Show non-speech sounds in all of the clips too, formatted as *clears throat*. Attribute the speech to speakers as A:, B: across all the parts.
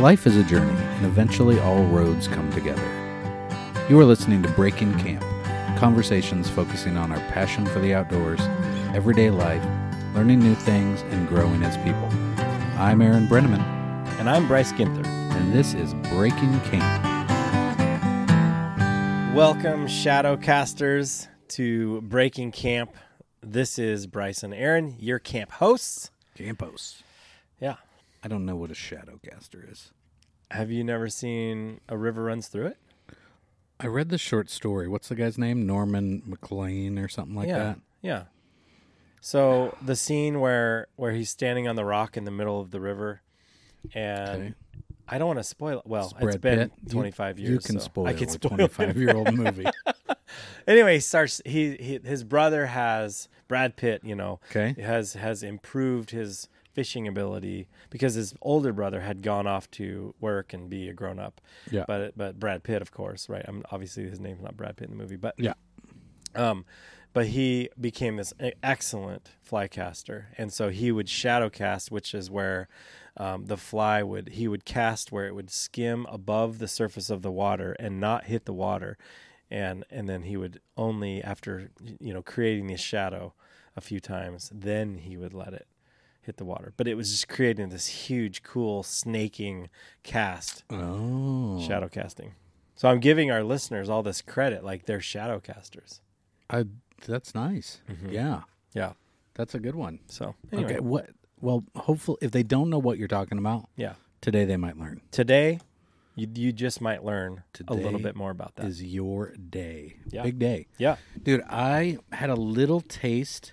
A: Life is a journey, and eventually all roads come together. You are listening to Break in Camp, conversations focusing on our passion for the outdoors, everyday life, learning new things, and growing as people. I'm Aaron Brenneman,
B: And I'm Bryce Ginther.
A: and this is Breaking Camp.
B: Welcome, Shadowcasters, to Breaking Camp. This is Bryce and Aaron, your camp hosts.
A: Campos.
B: Yeah.
A: I don't know what a shadowcaster is.
B: Have you never seen A River Runs Through It?
A: I read the short story. What's the guy's name? Norman McLean or something like
B: yeah.
A: that.
B: Yeah. So the scene where where he's standing on the rock in the middle of the river and
A: Okay.
B: I don't want to spoil it. Well, it's
A: Brad
B: been
A: Pitt. You-
B: 25 years.
A: You can
B: so
A: spoil
B: I can
A: a
B: spoil it.
A: 25 year old
B: *laughs*
A: movie.
B: anyway, he starts he, he his brother has Brad Pitt, you know,
A: Okay.
B: has has improved his fishing ability because his older brother had gone off to work and be a grown up.
A: Yeah.
B: But but Brad Pitt, of course, right? I'm obviously his name's not Brad Pitt in the movie, but
A: Yeah.
B: um, but he became this e- excellent fly caster, and so he would shadow cast, which is where um, the fly would he would cast where it would skim above the surface of the water and not hit the water, and and then he would only after you know creating this shadow a few times, then he would let it hit the water. But it was just creating this huge, cool snaking cast
A: Oh.
B: shadow casting. So I'm giving our listeners all this credit, like they're shadow casters.
A: I, that's nice. Yeah.
B: Yeah.
A: That's a good one.
B: So Mm-hmm. anyway,
A: Okay. What? Well, hopefully, if they don't know what you're talking about
B: yeah.
A: today, they might learn.
B: Today, you you just might learn a little
A: Today
B: bit more about that.
A: Is your day
B: Yeah.
A: big day,
B: yeah. *laughs*
A: dude? I had a little taste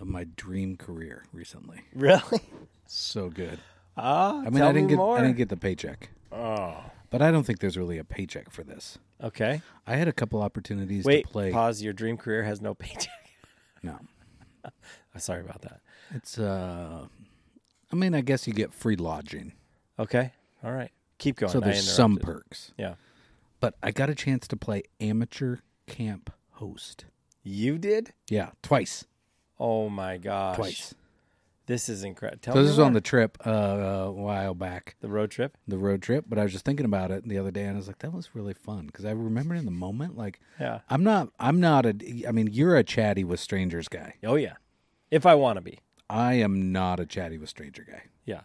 A: of my dream career recently.
B: Really?
A: So good.
B: Ah.
A: I mean,
B: tell
A: I didn't
B: me
A: get
B: more.
A: I didn't get the paycheck,
B: oh.
A: but I don't think there's really a paycheck for this.
B: Okay.
A: I had a couple opportunities
B: Wait.
A: to play.
B: Pause. Your dream career has no paycheck. *laughs*
A: No,
B: I'm sorry about that.
A: it's uh, I mean, I guess you get free lodging,
B: Okay. All right. Keep going.
A: so
B: Oh, I
A: there's some
B: interrupted.
A: perks.
B: Yeah.
A: But I got a chance to play amateur camp host.
B: You did?
A: Yeah, twice,
B: Oh my gosh.
A: twice.
B: This is incredible. Tell
A: So
B: me
A: this was on
B: more.
A: the trip uh, a while back,
B: the road trip.
A: the road trip. But I was just thinking about it the other day, and I was like, that was really fun because I remember in the moment, like,
B: Yeah.
A: I'm not, I'm not a, I mean, you're a chatty with strangers guy.
B: Oh yeah. If I want to be.
A: I am not a chatty with stranger guy.
B: Yeah.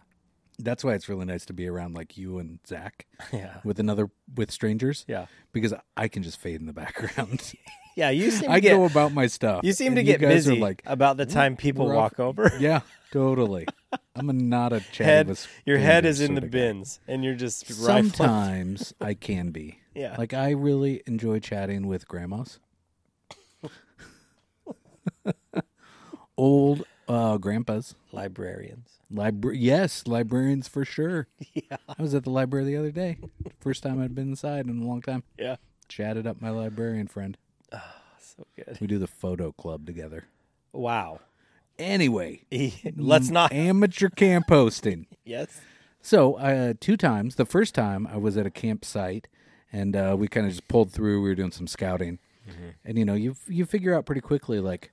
A: That's why it's really nice to be around like you and
B: *laughs*
A: Zach
B: *laughs* Yeah.
A: with another with strangers.
B: Yeah.
A: because I can just fade in the *laughs* background.
B: Yeah. You seem to
A: I
B: get
A: go about my stuff.
B: you seem to
A: and
B: get
A: guys are
B: busy
A: like,
B: about the time people
A: we're off-
B: walk over.
A: yeah, totally. I'm a, not a chatty
B: head
A: with
B: *laughs* your head
A: strangers
B: is in the
A: sorta guy.
B: bins and you're just rifling.
A: Sometimes I can be.
B: *laughs* Yeah.
A: Like I really enjoy chatting with
B: *laughs*
A: grandmas. Old uh grandpas.
B: librarians.
A: Libra- yes, librarians for sure. Yeah. I was at the library the other day. First time I'd been inside in a long time.
B: Yeah.
A: Chatted up my librarian friend.
B: So good.
A: We do the photo club together.
B: Wow.
A: Anyway,
B: Let's not
A: amateur camp hosting.
B: Yes.
A: So, uh, two times. The first time I was at a campsite, and uh, we kind of just pulled through. We were doing some scouting, and you know, you you figure out pretty quickly like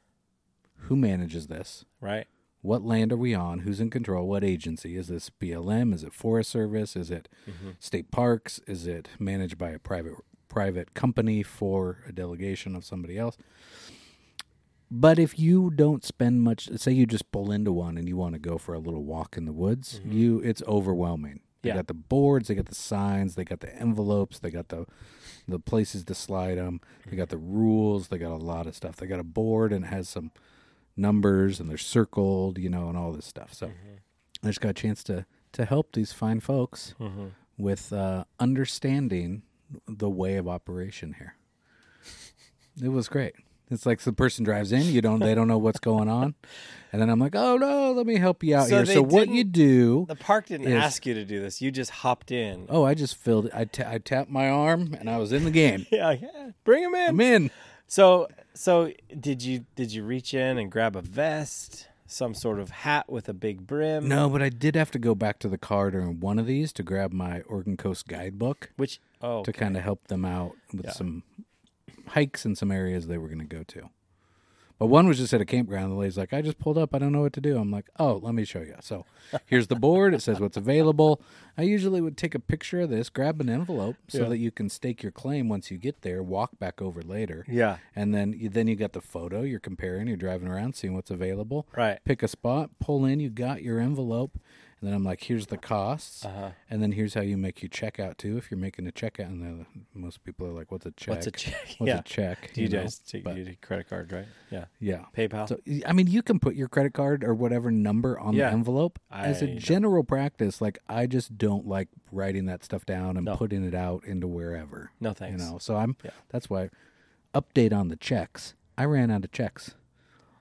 A: who manages this,
B: Right.
A: what land are we on, who's in control, what agency is this? BLM? Is it Forest Service? Is it state parks? Is it managed by a private private company for a delegation of somebody else? But if you don't spend much, say you just pull into one and you want to go for a little walk in the woods, you it's overwhelming. They
B: Yeah.
A: got the boards, they got the signs, they got the envelopes, they got the the places to slide them, they got the rules, they got a lot of stuff. They got a board and it has some numbers and they're circled, you know, and all this stuff. So I just got a chance to to help these fine folks
B: Mm-hmm.
A: with uh, understanding the way of operation here. It was great. It's like the person drives in, you don't, they don't know what's going on, and then I'm like, oh no, let me help you out
B: So
A: here.
B: they
A: So what you
B: didn't-
A: do?
B: The park didn't
A: Yes.
B: ask you to do this. You just hopped in.
A: Oh, I just filled. it. I ta- I tapped my arm, and I was in the game.
B: *laughs* Yeah, yeah. Bring him in.
A: I'm in.
B: So so did you did you reach in and grab a vest, some sort of hat with a big brim?
A: No, but I did have to go back to the car during one of these to grab my Oregon Coast guidebook
B: Which oh
A: to kind of help them out with some hikes in some areas they were going to go to. But one was just at a campground. The lady's like, I just pulled up. I don't know what to do. I'm like, oh, let me show you. So here's the board. It says what's available. I usually would take a picture of this, grab an envelope so
B: Yeah.
A: that you can stake your claim once you get there, walk back over later.
B: Yeah.
A: And then you, then you got the photo. You're comparing, you're driving around, seeing what's available.
B: Right.
A: Pick a spot, pull in, you got your envelope. And then I'm like, here's the costs.
B: Uh-huh.
A: And then here's how you make your checkout, too, if you're making a checkout. And then most people are like, what's a check?
B: What's a check?
A: What's
B: yeah.
A: a check?
B: Do you,
A: know?
B: guys take
A: but-
B: you do credit card, right? Yeah.
A: Yeah.
B: PayPal.
A: So y- I mean, you can put your credit card or whatever number on
B: Yeah.
A: the envelope. As
B: I
A: a
B: don't-
A: general practice, like I just don't like writing that stuff down and
B: No.
A: putting it out into wherever.
B: No, thanks.
A: You know, so I'm.
B: Yeah.
A: That's why. Update on the checks. I ran out of checks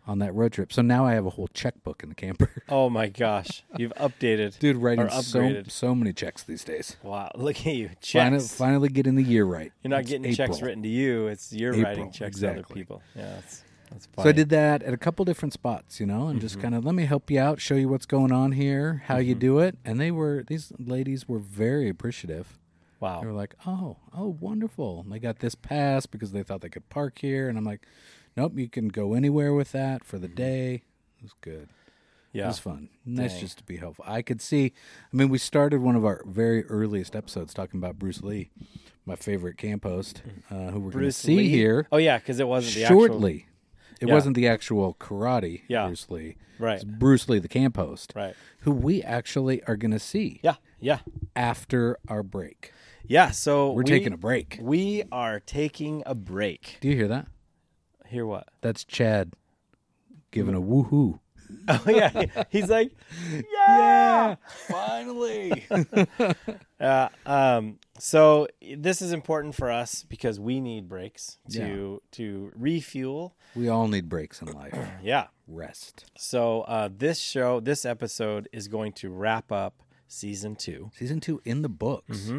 A: on that road trip, so now I have a whole checkbook in the camper.
B: Oh my gosh. You've
A: *laughs*
B: updated.
A: Dude, writing
B: Or
A: so
B: upgraded.
A: so many checks these days.
B: Wow. Look at you.
A: Finally,
B: Checks.
A: finally getting the year right.
B: You're not
A: It's
B: getting checks
A: April.
B: written to you. It's you're
A: April,
B: writing checks to other
A: exactly.
B: people. Yeah. That's, that's
A: So I
B: funny.
A: did that at a couple different spots, you know, and
B: Mm-hmm.
A: just kind of let me help you out, show you what's going on here, how you do it. And they were these ladies were very appreciative.
B: Wow.
A: They were like, "Oh, oh, wonderful!" And they got this pass because they thought they could park here. And I'm like, "Nope, you can go anywhere with that for the
B: Mm-hmm.
A: day." It was good. It
B: yeah.
A: was fun. Nice
B: Dang.
A: just to be helpful. I could see. I mean, we started one of our very earliest episodes talking about Bruce Lee, my favorite camp host, uh, who we're going to
B: Hmm. Bruce
A: see
B: Lee.
A: here
B: Oh yeah, because it wasn't the
A: shortly. It
B: Yeah.
A: wasn't the actual karate
B: Yeah.
A: Bruce Lee.
B: Right.
A: It's Bruce Lee, the camp host,
B: actual. Right.
A: who we actually are going to see
B: Yeah. Yeah.
A: after our break.
B: Yeah. So
A: We're taking a break.
B: We are taking a break.
A: Do you hear that?
B: Hear what?
A: That's Chad giving a woohoo.
B: Oh *laughs* yeah. He's like, yeah.
A: Finally.
B: *laughs* Uh, um, so this is important for us because we need breaks to to refuel.
A: we all need breaks in
B: *clears throat*
A: life.
B: Yeah.
A: Rest.
B: So uh, this show, this episode is going to wrap up season two,
A: Season two in the books.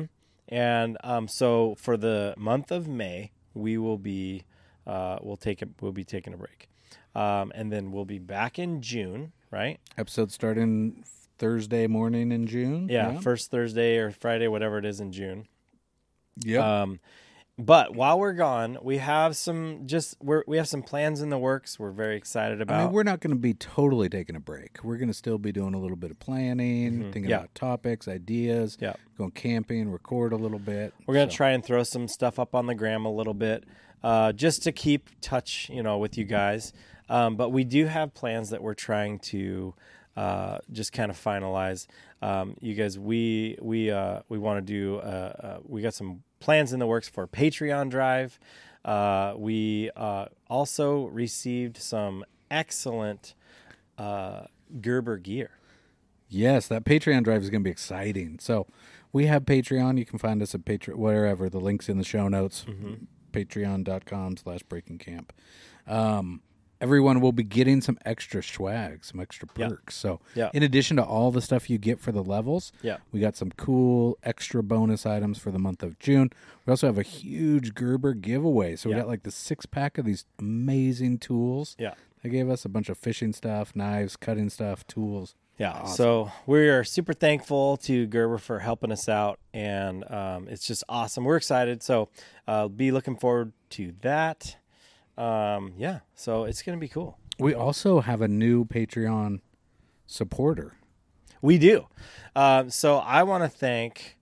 B: and um, so for the month of May, we will be uh, we'll take a, we'll be taking a break, um, and then we'll be back in June, right?
A: Episode starting Thursday morning in June.
B: Yeah, first Thursday or Friday, whatever it is in June.
A: Yep.
B: Um, but while we're gone, we have some just we're, we have some plans in the works. We're very excited
A: I
B: about.
A: mean, we're not going to be totally taking a break. We're going to still be doing a little bit of planning, thinking
B: Mm-hmm. Yeah.
A: about topics, ideas,
B: Yeah.
A: going camping, record a little bit.
B: We're gonna try and throw some stuff up on the gram a little bit, uh, just to keep touch, you know, with you guys. Um, but we do have plans that we're trying to uh, just kind of finalize. Um, you guys, we we uh, we want to do. Uh, uh, we got some plans in the works for Patreon drive. Uh, we uh, also received some excellent uh, Gerber gear.
A: Yes, that Patreon drive is going to be exciting. So we have Patreon. You can find us at Patreon, wherever. The link's in the show notes.
B: Mm-hmm.
A: Patreon.com slash breaking camp. Um, everyone will be getting some extra swag, some extra
B: Yeah.
A: perks. So
B: Yeah.
A: in addition to all the stuff you get for the levels,
B: Yeah.
A: we got some cool extra bonus items for the month of June. We also have a huge Gerber giveaway. So we
B: Yeah.
A: got like the six pack of these amazing tools.
B: Yeah.
A: They gave us a bunch of fishing stuff, knives, cutting stuff, tools.
B: Yeah. So we are super thankful to Gerber for helping us out, and um, it's just awesome. We're excited. So uh, be looking forward to that. Um, yeah. So it's gonna be cool.
A: We also have a new Patreon supporter.
B: We do. Um, so I want to thank.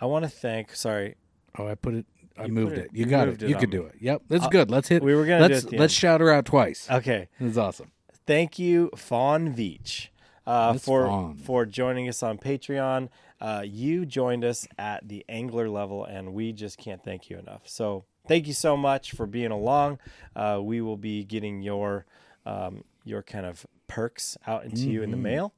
B: I want to thank. Sorry.
A: Oh, I put it. I moved
B: put
A: it,
B: it-
A: You
B: you
A: got it.
B: moved it
A: You could
B: on Uh,
A: do it. Yep, that's good. Let's hit.
B: we were gonna do
A: Let's
B: it at the
A: let's
B: end. Uh,
A: shout her out twice.
B: Okay.
A: This is awesome.
B: thank you, Fawn Veach, uh,
A: Miss
B: for
A: Fawn.
B: for joining us on Patreon. Uh, you joined us at the angler level, and we just can't thank you enough. So thank you so much for being along. Uh, we will be getting your um, your kind of perks out into you in the mail.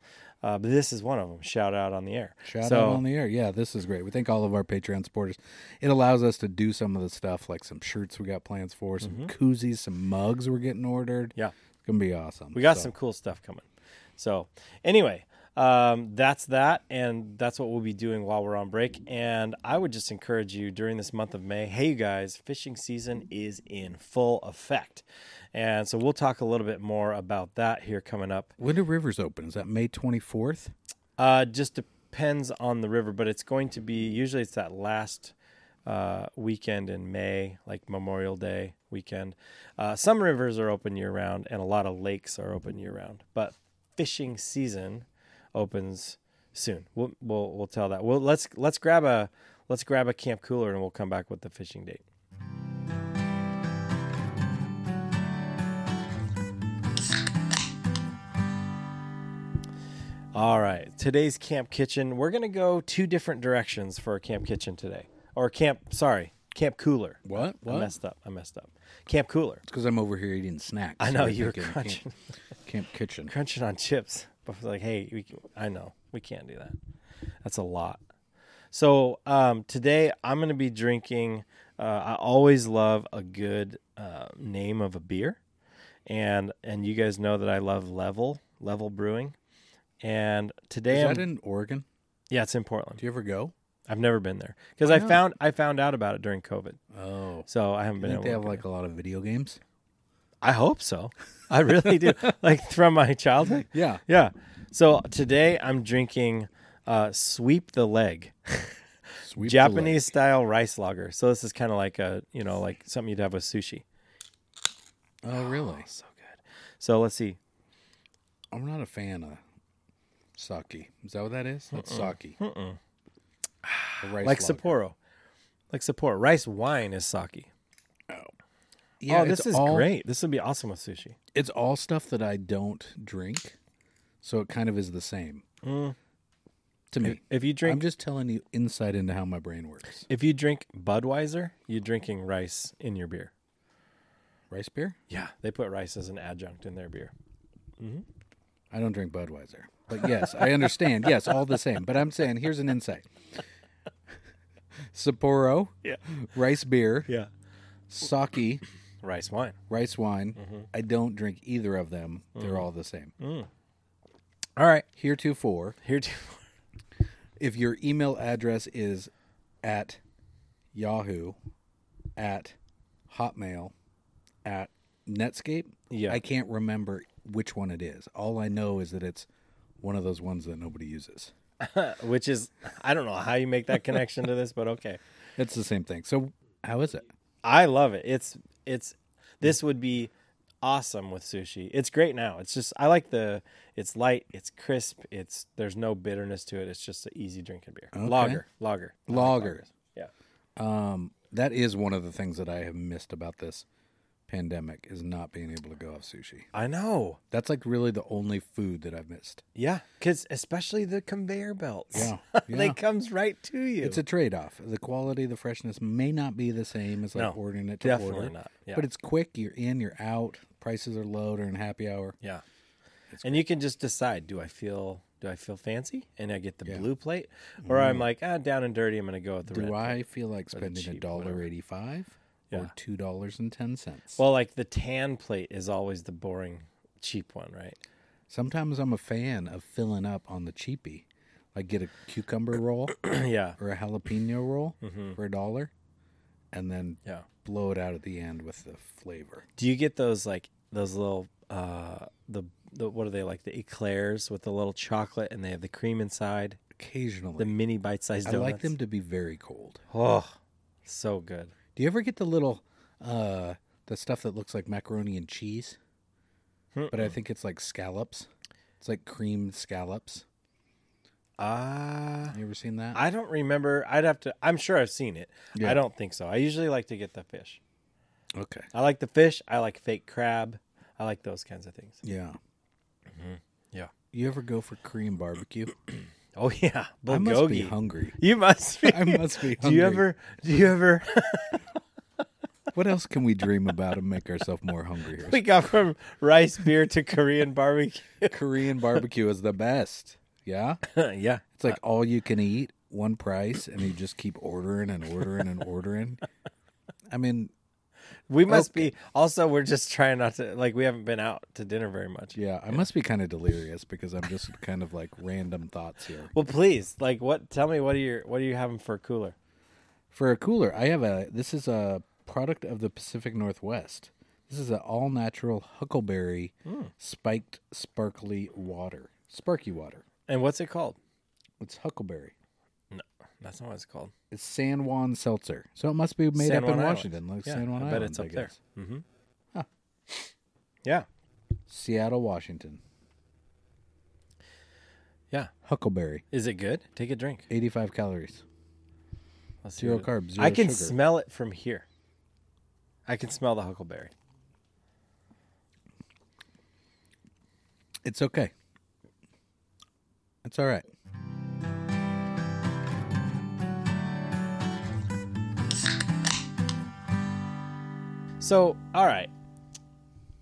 B: Uh, but this is one of them. Shout out on the air.
A: Mm-hmm. Shout
B: So-
A: out on the air. Yeah, this is great. We thank all of our Patreon supporters. It allows us to do some of the stuff, like some shirts we got plans for, some koozies, some mugs we're getting ordered.
B: Mm-hmm. Yeah.
A: It's gonna be awesome.
B: We got
A: So,
B: some cool stuff coming. So, anyway, um, that's that, and that's what we'll be doing while we're on break. And I would just encourage you during this month of May. Hey, you guys, fishing season is in full effect, and so we'll talk a little bit more about that here coming up.
A: When do rivers open? Is that May twenty fourth?
B: Uh, just depends on the river, but it's going to be usually it's that last uh, weekend in May, like Memorial Day weekend. Uh, some rivers are open year round, and a lot of lakes are open year round. But fishing season opens soon. We'll we'll, we'll tell that. Well, let's let's grab a let's grab a camp cooler, and we'll come back with the fishing date. All right. Today's camp kitchen, we're going to go two different directions for camp kitchen today. Or camp, sorry, camp cooler.
A: What?
B: I
A: What? It's
B: messed up. I messed up. Camp cooler.
A: because I'm over here eating snacks.
B: I know
A: We're
B: you were
A: thinking
B: crunching,
A: Camp, camp
B: *laughs*
A: kitchen.
B: crunching on chips. But I was like, hey, we, can- I know we can't do that. That's a lot. So um, today I'm going to be drinking. Uh, I always love a good uh, name of a beer, and and you guys know that I love Level Level Brewing, and today
A: Is
B: I'm
A: that in Oregon?
B: yeah it's in Portland.
A: Do you ever go?
B: I've never been there because
A: Why
B: I
A: not?
B: found I found out about it during COVID,
A: Oh,
B: so I haven't
A: I
B: been.
A: think
B: able
A: they
B: to
A: have
B: look
A: like
B: at it.
A: a lot of video games.
B: I hope so. I
A: *laughs*
B: really do. like from my childhood.
A: Yeah,
B: Yeah. So today I'm drinking uh, sweep the leg,
A: Sweep the leg.
B: Japanese style rice lager. So this is kind of like a you know like something you'd have with sushi.
A: Oh, really?
B: So good. So let's see.
A: *gasps* I'm not a fan of sake. Is that what that is? That's
B: Uh-uh.
A: sake. The rice
B: Like
A: lager.
B: Sapporo. Like Sapporo. Rice wine is sake.
A: Yeah,
B: oh, this
A: it's
B: is
A: all-
B: great. This would be awesome with sushi.
A: It's all stuff that I don't drink, so it kind of is the same
B: Mm.
A: to me.
B: If you
A: I'm
B: drink
A: just telling you insight into how my brain works.
B: if you drink Budweiser, you're drinking rice in your beer.
A: Rice beer?
B: Yeah, they put rice as an adjunct in their beer.
A: I don't drink Budweiser, but yes, I
B: *laughs*
A: understand. yes, all the same. But I'm saying here's an insight: Sapporo,
B: Yeah.
A: rice beer,
B: Yeah.
A: sake,
B: Rice wine.
A: rice wine. I don't drink either of them. They're all the same.
B: All right.
A: Heretofore,
B: Here too.
A: if your email address is at yahoo at hotmail at netscape
B: Yeah.
A: i can't remember which one it is all i know is that it's one of those ones that nobody uses
B: Which is I don't know how you make that connection to this, but okay.
A: it's the same thing so how is it
B: I love it. It's it's this would be awesome with sushi. It's great now. It's just I like the it's light, it's crisp, it's there's no bitterness to it. It's just an easy drinking beer. Lager. Lager. I like
A: Lager.
B: lagers. yeah.
A: um that is one of the things that i have missed about this pandemic is not being able to go off sushi
B: I know.
A: that's like really the only food that i've missed
B: Yeah. Cause especially the conveyor belts.
A: Yeah.
B: *laughs* they
A: Yeah.
B: comes right to you.
A: It's a trade off. The quality, the freshness may not be the same as like
B: No,
A: ordering it to
B: definitely
A: order.
B: not. Yeah.
A: But it's quick. You're in, you're out. Prices are low during happy hour.
B: Yeah. and you can just decide, do I feel do I feel fancy and I get the blue plate? Or I'm like, ah, down and dirty, I'm gonna go with the
A: Mm-hmm. Do
B: red.
A: I feel like spending a
B: cheap,
A: dollar eighty five
B: Yeah.
A: or two dollars and ten cents?
B: Well, like the tan plate is always the boring cheap one, right? *clears throat*
A: Sometimes I'm a fan of filling up on the cheapie. Like get a cucumber roll
B: yeah.
A: or a jalapeno roll
B: Mm-hmm.
A: for a dollar and then
B: Yeah.
A: blow it out at the end with the flavor.
B: Do you get those like those little uh the the what are they like the eclairs with the little chocolate and they have the cream inside, the
A: Occasionally.
B: mini bite-sized
A: I
B: donuts?
A: like them to be very cold.
B: Oh, so good.
A: Do you ever get the little uh the stuff that looks like macaroni and cheese? But I think it's like scallops. It's like creamed scallops.
B: Ah.
A: You ever seen that?
B: I don't remember. I'd have to. I'm sure I've seen it.
A: Yeah.
B: I don't think so. I usually like to get the fish.
A: okay.
B: I like the fish. I like fake crab. I like those kinds of things.
A: Yeah.
B: Mm-hmm. Yeah.
A: You ever go for Korean
B: *clears throat*
A: barbecue?
B: Oh *laughs* yeah,
A: I must be
B: bulgogi.
A: hungry.
B: you must
A: *laughs*
B: be.
A: I must be
B: *laughs* do
A: hungry.
B: you ever? Do you ever? *laughs*
A: What else can we dream about and make ourselves more hungry? here?
B: *laughs* we got from rice beer to Korean barbecue. *laughs*
A: Korean barbecue is the best. Yeah?
B: yeah.
A: It's like all you can eat, one price, and you just keep ordering and ordering and ordering. I mean,
B: We must be. Also, we're just trying not to. Like, we haven't been out to dinner very much.
A: Yeah, I must be kind of delirious because I'm
B: *laughs*
A: just kind of like random thoughts here.
B: Well, please, like, what? Tell me, what are your, what are you having for a cooler?
A: For a cooler, I have a this is a product of the Pacific Northwest. This is an all natural huckleberry
B: Hmm.
A: spiked sparkly water. Sparky water.
B: And what's it called?
A: It's huckleberry.
B: No, That's not what it's called.
A: It's San Juan Seltzer. So it must be made
B: San
A: up
B: Juan
A: in
B: Island.
A: Washington, like
B: yeah,
A: San Juan
B: I bet
A: Island.
B: it's up there.
A: guess.
B: Mm-hmm.
A: Huh.
B: Yeah.
A: Seattle, Washington.
B: Yeah.
A: Huckleberry.
B: Is it good? Take a drink.
A: 85 calories.
B: Let's see
A: Zero
B: what it-
A: carbs. Zero
B: I can
A: sugar.
B: smell it from here. I can smell the huckleberry.
A: It's okay. It's all right.
B: So, all right.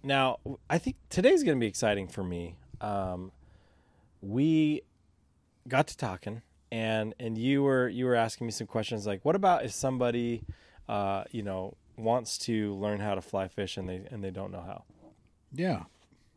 B: Now, w- I think today's going to be exciting for me. Um, we got to talking, and and you were you were asking me some questions like, what about if somebody, uh, you know, wants to learn how to fly fish and they and they don't know how?
A: Yeah.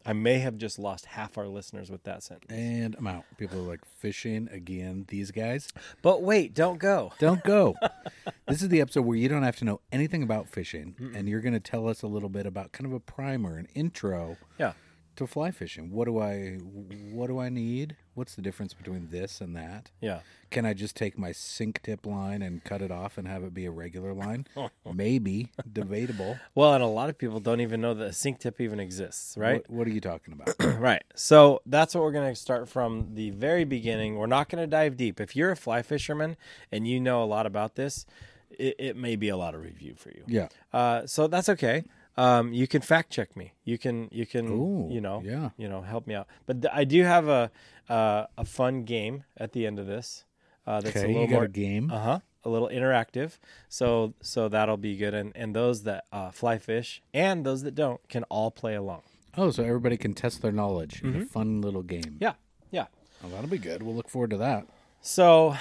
B: I may have just lost half our listeners with that sentence.
A: And I'm out. People are like fishing again. These guys
B: But wait, don't go.
A: don't go. *laughs* this is the episode where you don't have to know anything about fishing, and you're going to tell us a little bit about kind of a primer, an intro
B: Yeah.
A: to fly fishing. What do I? What do I need? What's the difference between this and that?
B: Yeah.
A: Can I just take my sink tip line and cut it off and have it be a regular
B: *laughs*
A: line? Maybe debatable.
B: Well, and a lot of people don't even know that a sink tip even exists, *laughs* right?
A: What, what are you talking about?
B: *clears throat* Right. So that's what we're going to start from the very beginning. We're not going to dive deep. If you're a fly fisherman and you know a lot about this, it, it may be a lot of review for you.
A: yeah.
B: Uh, so that's okay. Um, you can fact check me. You can you can
A: Ooh,
B: you know
A: yeah.
B: you know help me out. But th- I do have a uh, a fun game at the end of this. Uh, that's a
A: Okay.
B: little
A: You got
B: more
A: a game.
B: uh huh. A little interactive, so so that'll be good. And and those that uh, fly fish and those that don't can all play along.
A: Oh, so everybody can test their knowledge in
B: Mm-hmm.
A: a fun little game.
B: Yeah, yeah.
A: Oh, that'll be good. We'll look forward to that.
B: So,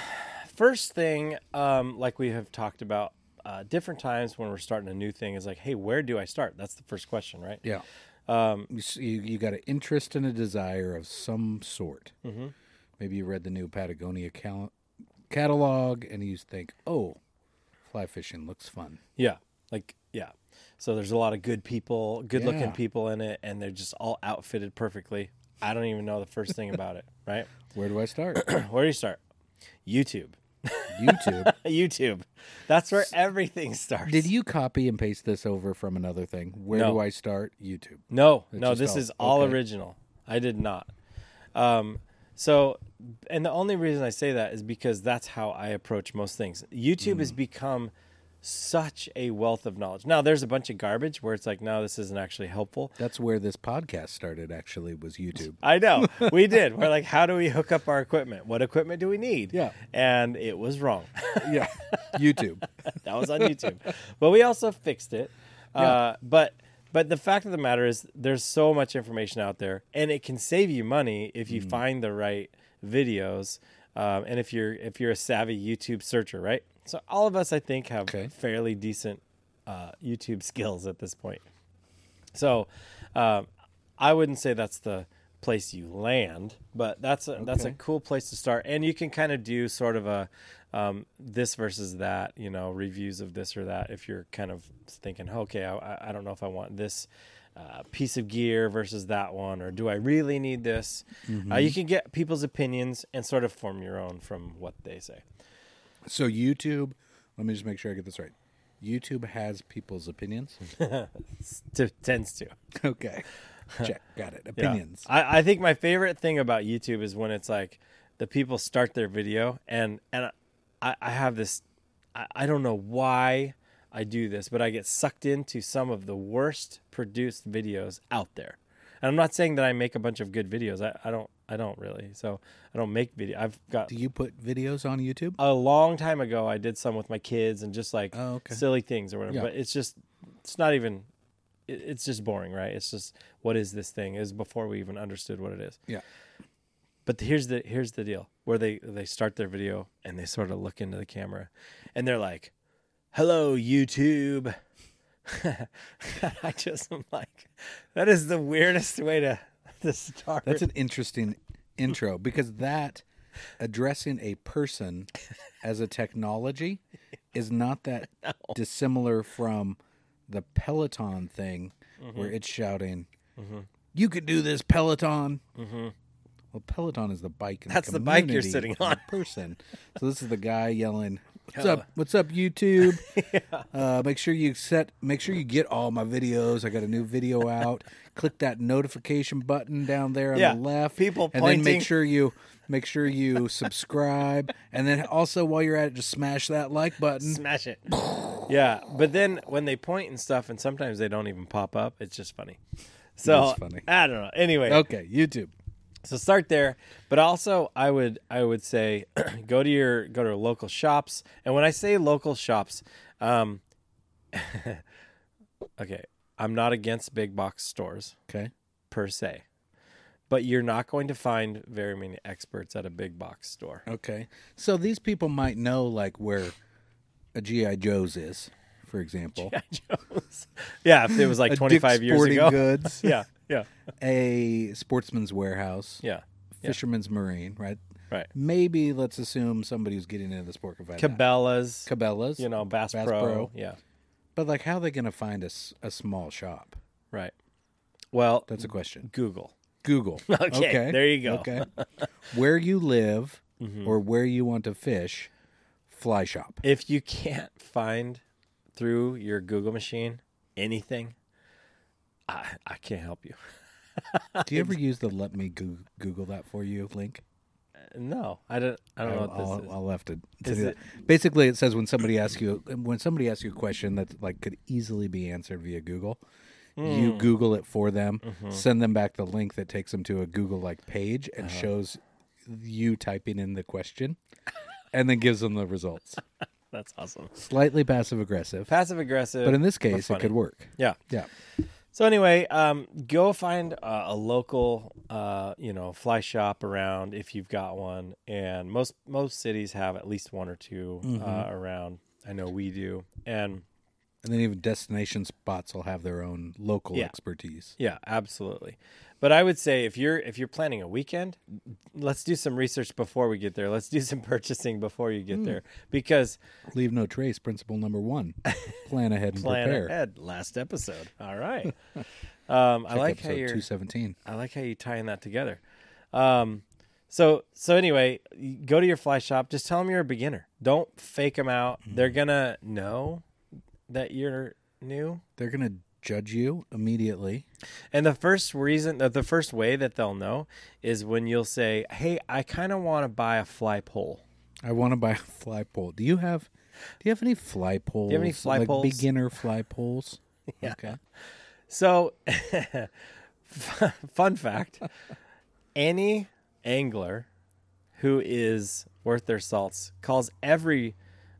B: first thing, um, like we have talked about uh, different times when we're starting a new thing, is like, hey, where do I start? That's the first question, right?
A: Yeah. Um, you, s- you, you got an interest and a desire of some sort. Mm-hmm. Maybe you read the new Patagonia cal- catalog and you think, oh, fly fishing looks fun.
B: Yeah. Like, yeah. So, there's a lot of good people, good looking
A: Yeah.
B: people in it, and they're just all outfitted perfectly. I don't even know the first thing about it, right? *coughs*
A: Where do I *coughs* start?
B: Where do you start? YouTube. *laughs*
A: YouTube.
B: YouTube. That's where everything starts.
A: Did you copy and paste this over from another thing? Where
B: No.
A: do I start? YouTube.
B: No, no,
A: just
B: this
A: all-
B: is all
A: okay.
B: original. I did not. Um, so, and the only reason I say that is because that's how I approach most things. YouTube
A: Mm.
B: has become such a wealth of knowledge. Now, there's a bunch of garbage where it's like, no, this isn't actually helpful.
A: That's where this podcast started, actually, was YouTube.
B: I know we did. We're like, how do we hook up our equipment? What equipment do we need?
A: Yeah.
B: and it was wrong.
A: *laughs* yeah. *laughs* YouTube.
B: *laughs* that was on YouTube. but we also fixed it. Uh, but but the fact of the matter is, there's so much information out there, and it can save you money if you find the right videos, um, and if you're if you're a savvy YouTube searcher, right? So all of us, I think, have
A: Okay.
B: fairly decent uh, YouTube skills at this point. So um, I wouldn't say that's the place you land, but that's a, that's a
A: Okay.
B: cool place to start, and you can kind of do sort of a um, this versus that, you know, reviews of this or that. If you're kind of thinking, okay, I- I, I don't know if I want this uh, piece of gear versus that one, or do I really need this? Uh, you can get people's opinions and sort of form your own from what they say.
A: So YouTube, let me just make sure I get this right. YouTube has people's opinions.
B: T- tends to.
A: okay. Check. Got it.
B: Yeah.
A: Opinions.
B: I, I think my favorite thing about YouTube is when it's like the people start their video and and I, I have this I, I don't know why I do this, but I get sucked into some of the worst produced videos out there. And I'm not saying that I make a bunch of good videos. I, I don't I don't really. So I don't make video I've got
A: Do you put videos on YouTube?
B: a long time ago I did some with my kids and just like
A: Oh, okay.
B: silly things or whatever.
A: Yeah.
B: But it's just it's not even it, it's just boring, right? It's just what is this thing? Is before we even understood what it is.
A: Yeah.
B: But here's the here's the deal where they they start their video and they sort of look into the camera and they're like, "Hello YouTube." *laughs* I just am like, that is the weirdest way to *laughs* to start.
A: That's an interesting intro because that addressing a person as a technology is not
B: *laughs*
A: that dissimilar from the Peloton
B: Mm-hmm.
A: thing where it's shouting, You could do this, Peloton. Well, Peloton is the bike. In
B: Mm-hmm. That's the bike you're
A: community,
B: sitting
A: in the
B: on.
A: Person. So this is the guy yelling, "What's
B: Yeah.
A: up? What's up, YouTube?
B: *laughs*
A: uh, make sure you set. Make sure you get all my videos. I got a new video
B: *laughs*
A: out. Click that notification button down there on
B: Yeah.
A: the left.
B: People
A: and then
B: pointing.
A: make sure
B: *laughs*
A: you." Make sure you subscribe, and then also while you're at it, just smash that like button.
B: Smash it. yeah, but then when they point and stuff, and sometimes they don't even pop up. It's just funny. So
A: That's funny.
B: I don't know. Anyway,
A: Okay, YouTube.
B: so start there but also i would i would say *clears throat* go to your go to local shops and when i say local shops um *laughs* okay i'm not against big box stores
A: Okay,
B: per se but you're not going to find very many experts at a big box store *laughs*
A: okay. So these people might know like where a GI Joe's is, for example.
B: *laughs* yeah if it was like
A: A Dick's
B: 25 years
A: Sporting
B: ago
A: Goods.
B: *laughs* yeah yeah
A: a sportsman's warehouse,
B: yeah yeah.
A: fisherman's marine, right?
B: right
A: Maybe let's assume somebody who's getting into the sport can find that.
B: cabela's
A: Cabela's,
B: you know bass,
A: Bass
B: pro.
A: Pro.
B: yeah
A: but like, how are they going to find a, s- a small shop?
B: right well
A: That's a question.
B: *laughs* google
A: *laughs* Google.
B: Okay, there you go. Mm-hmm.
A: Okay, where you live or where you want to fish, fly shop.
B: if you can't find through your Google machine anything, I, I can't help you.
A: Do you ever use the "Let me Goo- Google that for you" link?
B: No, I don't. I don't know what this
A: I'll,
B: is.
A: I'll have to. to
B: Is
A: do
B: it-
A: that. Basically, it says when somebody asks you when somebody asks you a question that like could easily be answered via Google, you
B: Hmm.
A: Google it for them,
B: Mm-hmm.
A: send them back the link that takes them to a Google like page and
B: Uh-huh.
A: shows you typing in the question, and then gives them the results.
B: That's awesome.
A: Slightly passive aggressive,
B: Passive aggressive.
A: but in this case, it
B: funny.
A: could work.
B: yeah.
A: Yeah,
B: So anyway, um, go find uh, a local, uh, you know, fly shop around if you've got one, and most most cities have at least one or 2 uh, around. I know we do, and
A: and then even destination spots will have their own local
B: Yeah.
A: expertise.
B: Yeah, absolutely. But I would say if you're if you're planning a weekend, let's do some research before we get there. Let's do some *laughs* purchasing before you
A: Hmm.
B: get there because
A: Leave no trace. Principle number
B: *laughs*
A: one: plan ahead and
B: plan
A: prepare.
B: ahead. Last
A: *laughs*
B: episode. All right. Um, I like how
A: Episode
B: you're.
A: two seventeen.
B: I like how you tying that together. Um, so so anyway, you go to your fly shop. Just tell them you're a beginner. Don't fake them out.
A: Hmm.
B: They're gonna know that you're new.
A: They're going to judge you immediately.
B: And the first reason, uh, the- the first way that they'll know is when you'll say, "Hey, I kind of want to buy a fly pole."
A: I want to buy *laughs* a fly pole. Do you have Do you have any fly poles?
B: any fly
A: like
B: poles? *laughs*
A: Beginner fly poles?
B: Yeah.
A: Okay.
B: So, *laughs* fu- fun fact: any angler who is worth their salts calls every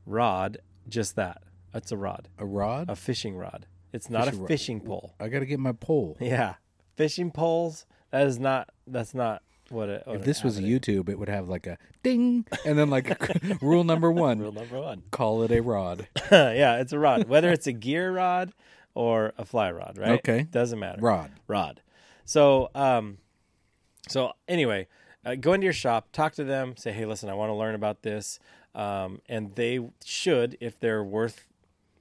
B: rod just that. It's a rod,
A: A rod?
B: a fishing rod. It's not
A: Fishing
B: a
A: rod.
B: fishing pole.
A: I got to get my pole.
B: Yeah, fishing poles. That is not. That's not what it. What
A: If this was YouTube, it would have like a ding and then
B: *laughs*
A: like *laughs* rule number 1,
B: rule number one.
A: call it a rod.
B: *laughs* yeah, it's a rod. Whether it's a gear rod or a fly rod, right?
A: Okay.
B: Doesn't matter.
A: Rod.
B: Rod. So, um, so anyway, uh, go into your shop, talk to them, say, hey, listen, I want to learn about this. Um, and they should, if they're worth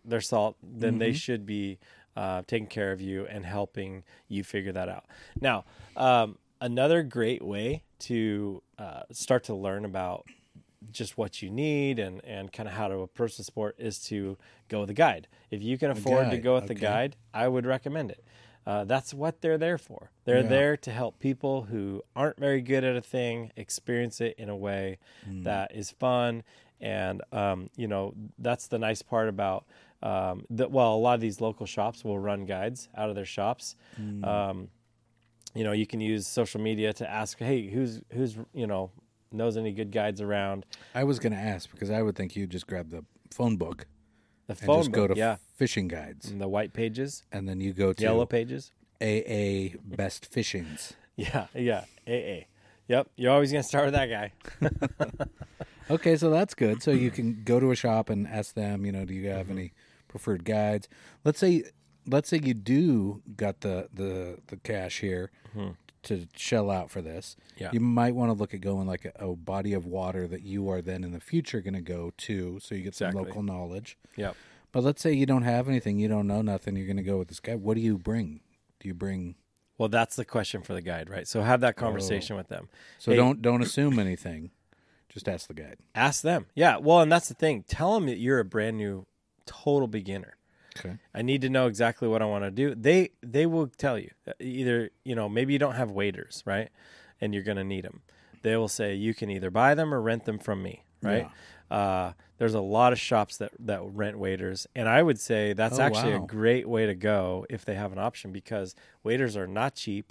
B: their salt, then
A: Mm-hmm.
B: they should be uh, taking care of you and helping you figure that out. Now, um, another great way to uh, start to learn about just what you need and, and kind of how to approach the sport is to go with a guide. If you can afford to
A: guide,
B: go with the
A: okay.
B: guide, I would recommend it. Uh, that's what they're there for. They're
A: Yeah.
B: there to help people who aren't very good at a thing experience it in a way
A: Mm.
B: that is fun. And, um, you know, that's the nice part about um, that. Well, a lot of these local shops will run guides out of their shops.
A: Mm.
B: Um, you know, you can use social media to ask, hey, who's, who's, you know, knows any good guides around
A: I was going to ask because I would think you just grab the phone book
B: the
A: and
B: phone
A: just go
B: book,
A: to
B: yeah
A: fishing guides
B: and the white pages
A: and then you go to
B: yellow pages
A: AA best fishings.
B: yeah yeah aa yep you're always gonna start with that guy
A: Okay, so that's good. So
B: *clears throat*
A: you can go to a shop and ask them, you know, do you have
B: Mm-hmm.
A: any preferred guides? Let's say let's say you do got the the the cash here to shell out for this.
B: Mm-hmm. Yeah.
A: You might want to look at going like a, a body of water that you are then in the future going to go to so you get some
B: Exactly.
A: local knowledge.
B: yep
A: But let's say you don't have anything, you don't know nothing, you're going to go with this guy. What do you bring? Do you bring
B: Well, that's the question for the guide, right? So have that conversation with them.
A: So
B: Hey-
A: don't don't assume anything. Just ask the guide.
B: Ask them. Yeah. Well, and that's the thing. Tell them that you're a brand new, total beginner.
A: Okay.
B: I need to know exactly what I want to do. They they will tell you. uh, Either you know maybe you don't have waiters, right? And you're gonna need them. They will say you can either buy them or rent them from me, right? Uh, there's a lot of shops that that rent waiters, and I would say that's
A: Oh,
B: actually
A: wow.
B: a great way to go if they have an option because waiters are not cheap,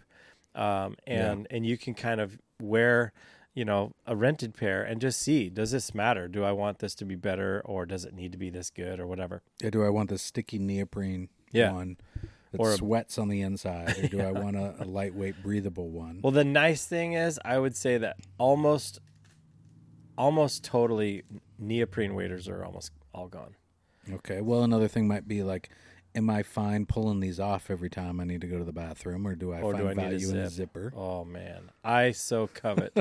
B: um, and and you can kind of wear you know a rented pair and just see does this matter do i want this to be better or does it need to be this good or whatever
A: Yeah, do I want the sticky neoprene
B: Yeah.
A: one that
B: Or a-
A: sweats on the inside, or do
B: *laughs*
A: I want a, a lightweight, breathable one?
B: Well, the nice thing is, I would say that almost, almost totally neoprene waders are almost all gone.
A: Okay. Well, another thing might be like, am I fine pulling these off every time I need to go to the bathroom, or do I
B: Or do
A: find
B: I need a
A: value in the
B: zip?
A: zipper?
B: Oh man, I so
A: *laughs*
B: covet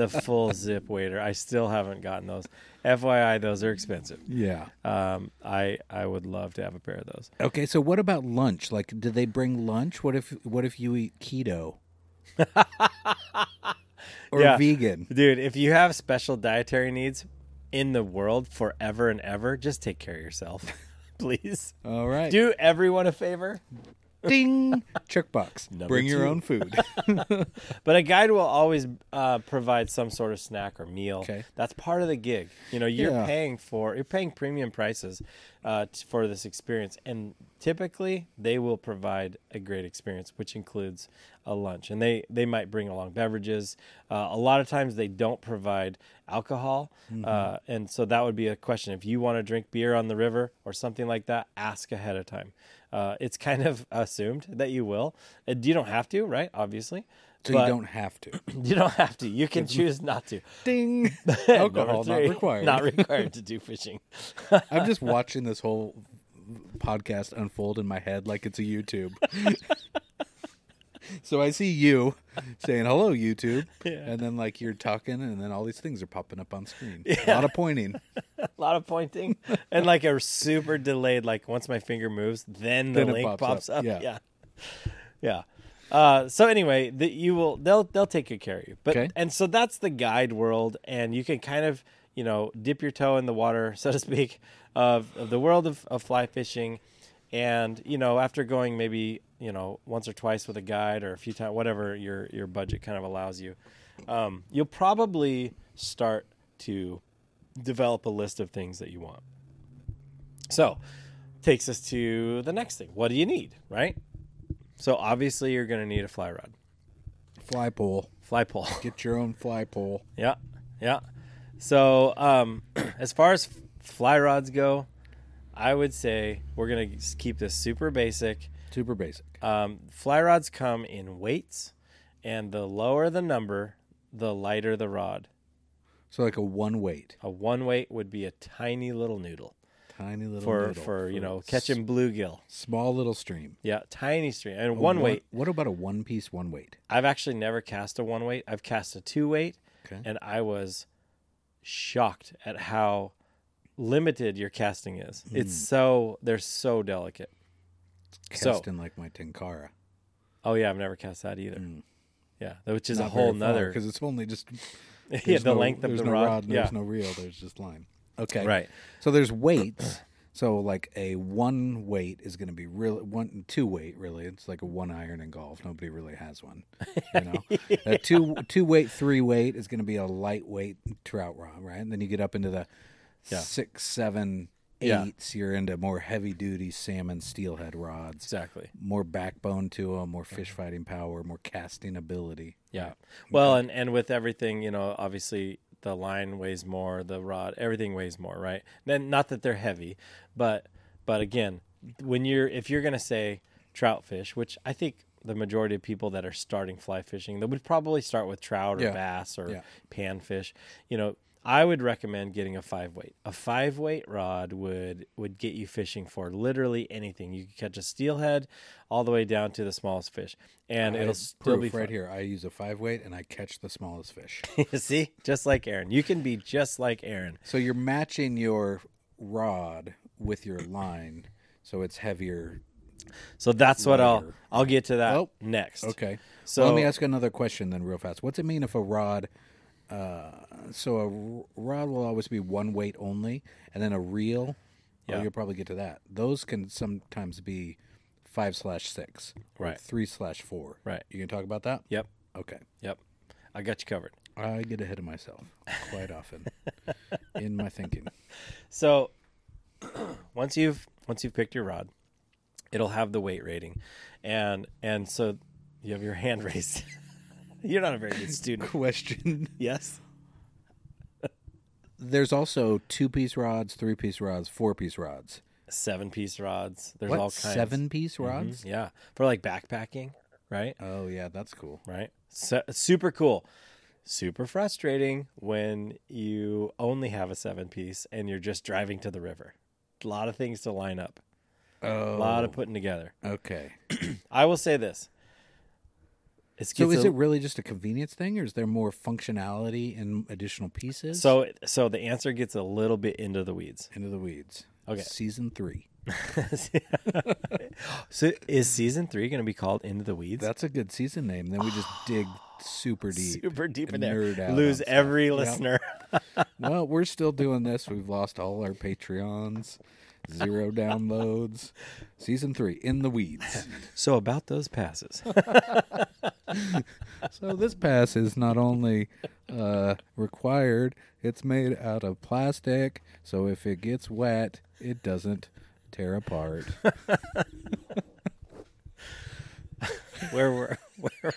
B: the full zip wader. I still haven't gotten those. FYI, those are expensive.
A: Yeah.
B: Um, I I would love to have a pair of those.
A: Okay. So what about lunch? Like, did they bring lunch? What if What if you eat
B: *laughs*
A: keto? or
B: Yeah.
A: vegan?
B: Dude, if you have special dietary needs in the world forever and ever, just take care of yourself, *laughs* please.
A: All right.
B: Do everyone a favor.
A: Ding. Checkbox.
B: Number
A: Bring your
B: two.
A: own
B: *laughs*
A: food.
B: But a guide will always uh, provide some sort of snack or meal.
A: Okay.
B: That's part of the gig. You know, you're
A: Yeah.
B: paying for you're paying premium prices uh, t- for this experience, and typically they will provide a great experience, which includes a lunch, and they they might bring along beverages. Uh, a lot of times they don't provide alcohol,
A: Mm-hmm.
B: uh, and so that would be a question if you want to drink beer on the river or something like that. Ask ahead of time. Uh, it's kind of *laughs* assumed that you will. Uh, You don't have to, right? Obviously.
A: So
B: But-
A: you don't have
B: *laughs*
A: to.
B: you don't have to. You can choose not to.
A: Ding.
B: Number
A: Alcohol not
B: three,
A: required. *laughs*
B: Not required to do fishing. *laughs*
A: I'm just watching this whole podcast unfold in my head like it's a YouTube. *laughs* so I see you saying hello YouTube and then like you're talking and then all these things are popping up on screen. A lot of pointing.
B: a lot of pointing and like a super delayed. Like once my finger moves, then the
A: Then it
B: link pops,
A: pops
B: up.
A: up,
B: Yeah,
A: yeah.
B: yeah. Uh, so anyway, the, you will they'll they'll take good care of you. But
A: Okay.
B: and so that's the guide world, and you can kind of you know dip your toe in the water, *laughs* so to speak, of, of the world of, of fly fishing. And you know, after going maybe you know once or twice with a guide or a few times, whatever your your budget kind of allows you, um, you'll probably start to develop a list of things that you want. So, takes us to the next thing. What do you need, right? So obviously you're going to need a fly rod,
A: Fly pole.
B: fly pole. *laughs*
A: Get your own fly pole.
B: yeah, yeah. So um, *clears throat* as far as f- fly rods go, I would say we're going to keep this super basic.
A: Super basic.
B: Um, fly rods come in weights, and the lower the number, the lighter the rod.
A: So like a one weight.
B: A one weight would be a tiny little noodle
A: Tiny little
B: for
A: noodle
B: for you know
A: s-
B: catching bluegill.
A: small little stream.
B: Yeah, tiny stream and one weight.
A: What about a one piece one weight?
B: I've actually never cast a one weight. I've cast a two weight,
A: Okay.
B: and I was shocked at how limited your casting is. It's
A: Hmm.
B: so they're so delicate. So-
A: Casting like my Tenkara.
B: Oh yeah, I've never cast that either. Yeah, that- which is a
A: Hmm. Not very
B: whole
A: far,
B: nother.
A: because it's only just
B: *laughs* yeah,
A: There's
B: the
A: no-
B: length of
A: there's
B: the
A: no
B: rod.
A: and
B: yeah,
A: There's no reel. There's just line. Okay.
B: right.
A: So there's weights. So like a one weight is going to be really one two weight really. It's like a one iron in golf. Nobody really has one. You
B: *laughs*
A: know, a two two weight three weight is going to be a lightweight trout rod, right? And then you get up into the
B: Yeah.
A: six seven
B: Yeah.
A: eights. You're into more heavy duty salmon steelhead rods.
B: Exactly.
A: More backbone to them, more fish fighting power, more casting ability.
B: Yeah. Well, and and with everything, you know, obviously the line weighs more, the rod, everything weighs more, right? Then not that they're heavy, but but again, when you're if you're going to say trout fish, which I think the majority of people that are starting fly fishing, they would probably start with trout or
A: Yeah.
B: bass or
A: Yeah.
B: panfish. You know, I would recommend getting a five weight. A five weight rod would would get you fishing for literally anything. You could catch a steelhead all the way down to the smallest fish, and
A: I
B: it'll still be
A: proof
B: fun.
A: right here. I use a five weight and I catch the smallest fish.
B: *laughs* See, just like Aaron, you can be just like Aaron.
A: So you're matching your rod with your line, so it's heavier
B: So that's what I'll
A: Later.
B: I'll get to that
A: Oh.
B: next.
A: Okay.
B: So-
A: So let me ask another question then, real fast. What's it mean if a rod? Uh, so a r- rod will always be one weight only, and then a reel. Yeah.
B: Yeah.
A: you'll probably get to that. Those can sometimes be five slash six, or
B: Right.
A: Three slash four.
B: Right.
A: You can talk about that.
B: Yep.
A: Okay.
B: Yep. I got you covered.
A: I get ahead of myself quite
B: *laughs*
A: often in my thinking.
B: So *clears throat* once you've once you've picked your rod, it'll have the weight rating, and and so you have your hand *laughs* raised. You're not a very good student.
A: Question.
B: Yes.
A: *laughs* There's also two piece rods, three piece rods, four piece rods.
B: Seven piece rods. There's
A: What
B: all kinds. Mm-hmm.
A: seven piece rods?
B: Yeah, for like backpacking, right?
A: Oh yeah, that's cool.
B: Right. So, super cool. Super frustrating when you only have a seven piece and you're just driving to the river. A lot of things to line up.
A: Oh,
B: A lot of putting together.
A: okay.
B: I will say this. It's
A: So is it really just a convenience thing, or is there more functionality and additional pieces?
B: so so the answer gets a little bit into the weeds. *laughs*
A: into the weeds.
B: Okay.
A: season three.
B: so is season three going to be called into the weeds?
A: That's a good season name. Then we
B: *sighs*
A: just dig super deep.
B: super *laughs* deep in
A: and
B: there.
A: nerd out
B: Lose
A: on stuff.
B: every
A: Yep.
B: listener.
A: Well, we're still doing this. We've lost all our Patreons,
B: *laughs*
A: zero downloads. Season three in the weeds.
B: So about those passes. *laughs*
A: So this pass is not only uh, required; it's made out of plastic. So if it gets wet, it doesn't tear
B: *laughs*
A: apart.
B: where were where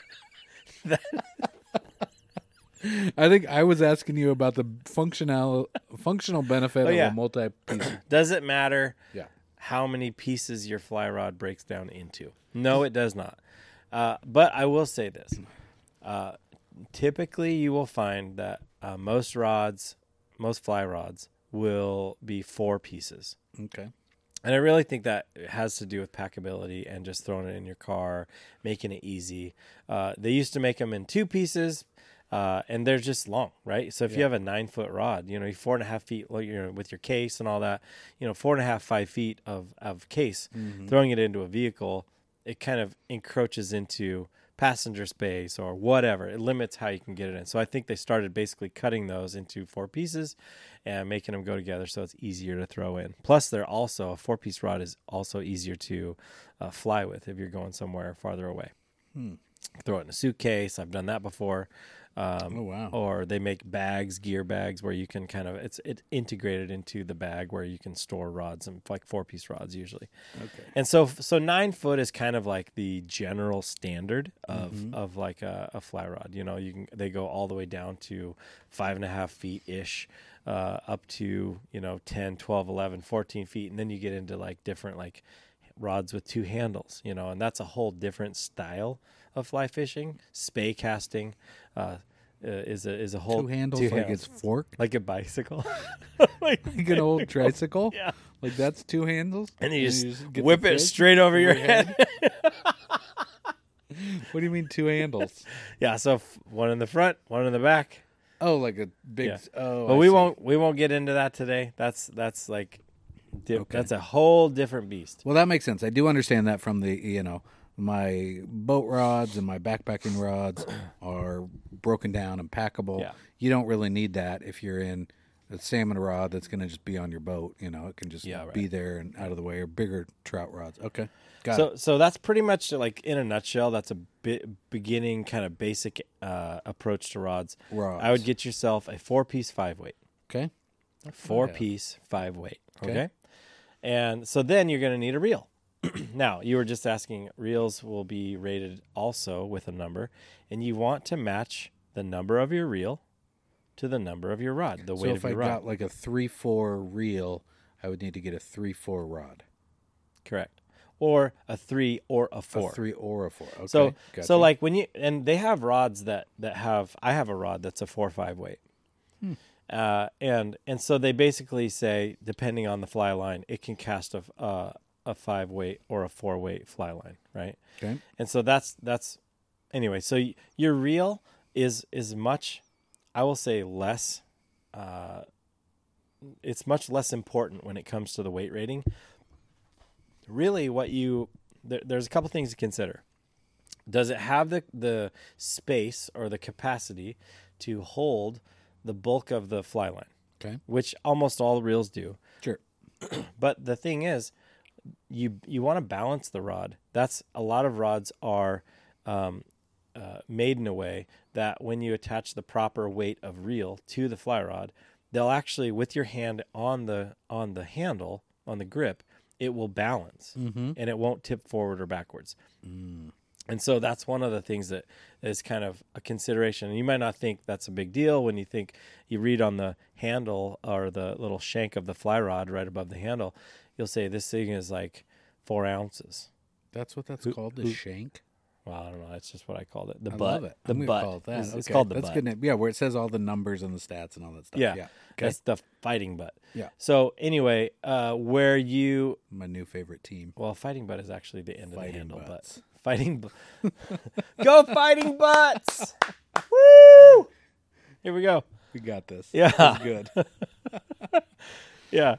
A: I think I was asking you about the functional functional benefit
B: Oh, yeah.
A: of a multi-piece.
B: does it matter
A: yeah.
B: how many pieces your fly rod breaks down into? No, it does not. Uh, but I will say this: uh, typically, you will find that uh, most rods, most fly rods, will be four pieces.
A: Okay.
B: And I really think that has to do with packability and just throwing it in your car, making it easy. Uh, they used to make them in two pieces, uh, and they're just long, right? So if you have a nine foot rod, you know, you're four and a half feet like, you know, with your case and all that, you know, four and a half, five feet of, of case, throwing it into a vehicle, it kind of encroaches into passenger space or whatever. It limits how you can get it in. So I think they started basically cutting those into four pieces and making them go together so it's easier to throw in. Plus, they're also a four piece rod is also easier to uh, fly with if you're going somewhere farther away. Throw it in a suitcase. I've done that before. Um,
A: Oh wow.
B: or they make bags, gear bags, where you can kind of it's it integrated into the bag where you can store rods and like four piece rods usually.
A: Okay.
B: And so so nine foot is kind of like the general standard of
A: Mm-hmm.
B: of like a, a fly rod. You know, you can they go all the way down to five and a half feet ish, uh, up to you know 10, 12, 11, 14 feet, and then you get into like different like rods with two handles. You know, and that's a whole different style of fly fishing. Spay casting uh, uh, is a is a whole
A: Two handles like
B: handles.
A: it's forked,
B: like a bicycle, *laughs* like
A: like an
B: *laughs*
A: old tricycle.
B: Yeah.
A: Like that's two handles.
B: and you just,
A: get
B: whip
A: the
B: it
A: fish?
B: straight over your head.
A: What do you mean two
B: *laughs*
A: handles?
B: *laughs* Yeah, so f- one in the front, one in the back.
A: Oh, like a big.
B: Yeah.
A: Oh.
B: but
A: I
B: we
A: see.
B: won't we won't get into that today. That's that's like di- that's a whole different beast.
A: Well, that makes sense. I do understand that from the you know my boat rods and my backpacking
B: *clears throat*
A: rods are broken down and packable.
B: Yeah.
A: You don't really need that if you're in a salmon rod that's going to just be on your boat. You know, it can just
B: Yeah, right.
A: be there and out of the way, or bigger trout rods. Okay, got it.
B: So so that's pretty much like in a nutshell. That's a bi- beginning kind of basic uh, approach to rods.
A: Rods.
B: I would get yourself a four piece five weight,
A: Okay,
B: four piece five weight. Okay.
A: Okay.
B: and so then you're going to need a reel. *clears throat* now you were just asking reels will be rated also with a number, and you want to match the number of your reel to the number of your rod, the
A: so
B: weight
A: if
B: of
A: I
B: your rod.
A: got like a three four reel, I would need to get a three four rod,
B: Correct. Or a three or a
A: a
B: four.
A: three or a four. Okay,
B: so
A: gotcha.
B: so like when you and they have rods that that have I have a rod that's a four five weight.
A: Hmm.
B: Uh, and and so they basically say depending on the fly line, it can cast a uh, a five weight or a four weight fly line, right?
A: okay,
B: And so that's that's anyway. So y- your reel is is much, I will say less. Uh, it's much less important when it comes to the weight rating. Really, what you there, there's a couple things to consider. Does it have the the space or the capacity to hold the bulk of the fly line?
A: Okay.
B: Which almost all reels do.
A: Sure.
B: But the thing is, you you want to balance the rod. That's a lot of rods are um, uh, made in a way that when you attach the proper weight of reel to the fly rod, they'll actually with your hand on the on the handle on the grip, it will balance
A: Mm-hmm.
B: and it won't tip forward or backwards. And so that's one of the things that is kind of a consideration. And you might not think that's a big deal when you think you read on the handle or the little shank of the fly rod right above the handle, you'll say this thing is like four ounces.
A: That's what that's
B: Who-
A: called, the
B: who-
A: shank.
B: Well, I don't know. That's just what I called it. The
A: I
B: butt.
A: love it.
B: The
A: I'm gonna
B: butt.
A: Call it that.
B: It's, it's
A: Okay,
B: called the
A: that's
B: butt.
A: good. name. Yeah, where it says all the numbers and the stats and all that stuff.
B: Yeah.
A: yeah. Okay.
B: That's the fighting butt.
A: Yeah.
B: So anyway, uh, where you
A: My new favorite team.
B: well, fighting butt is actually the end of
A: Fighting
B: the handle,
A: butts.
B: but *laughs* fighting bu- *laughs* go
A: *laughs*
B: fighting butts. Woo! Here we go.
A: We got this.
B: Yeah.
A: That's good.
B: *laughs* Yeah.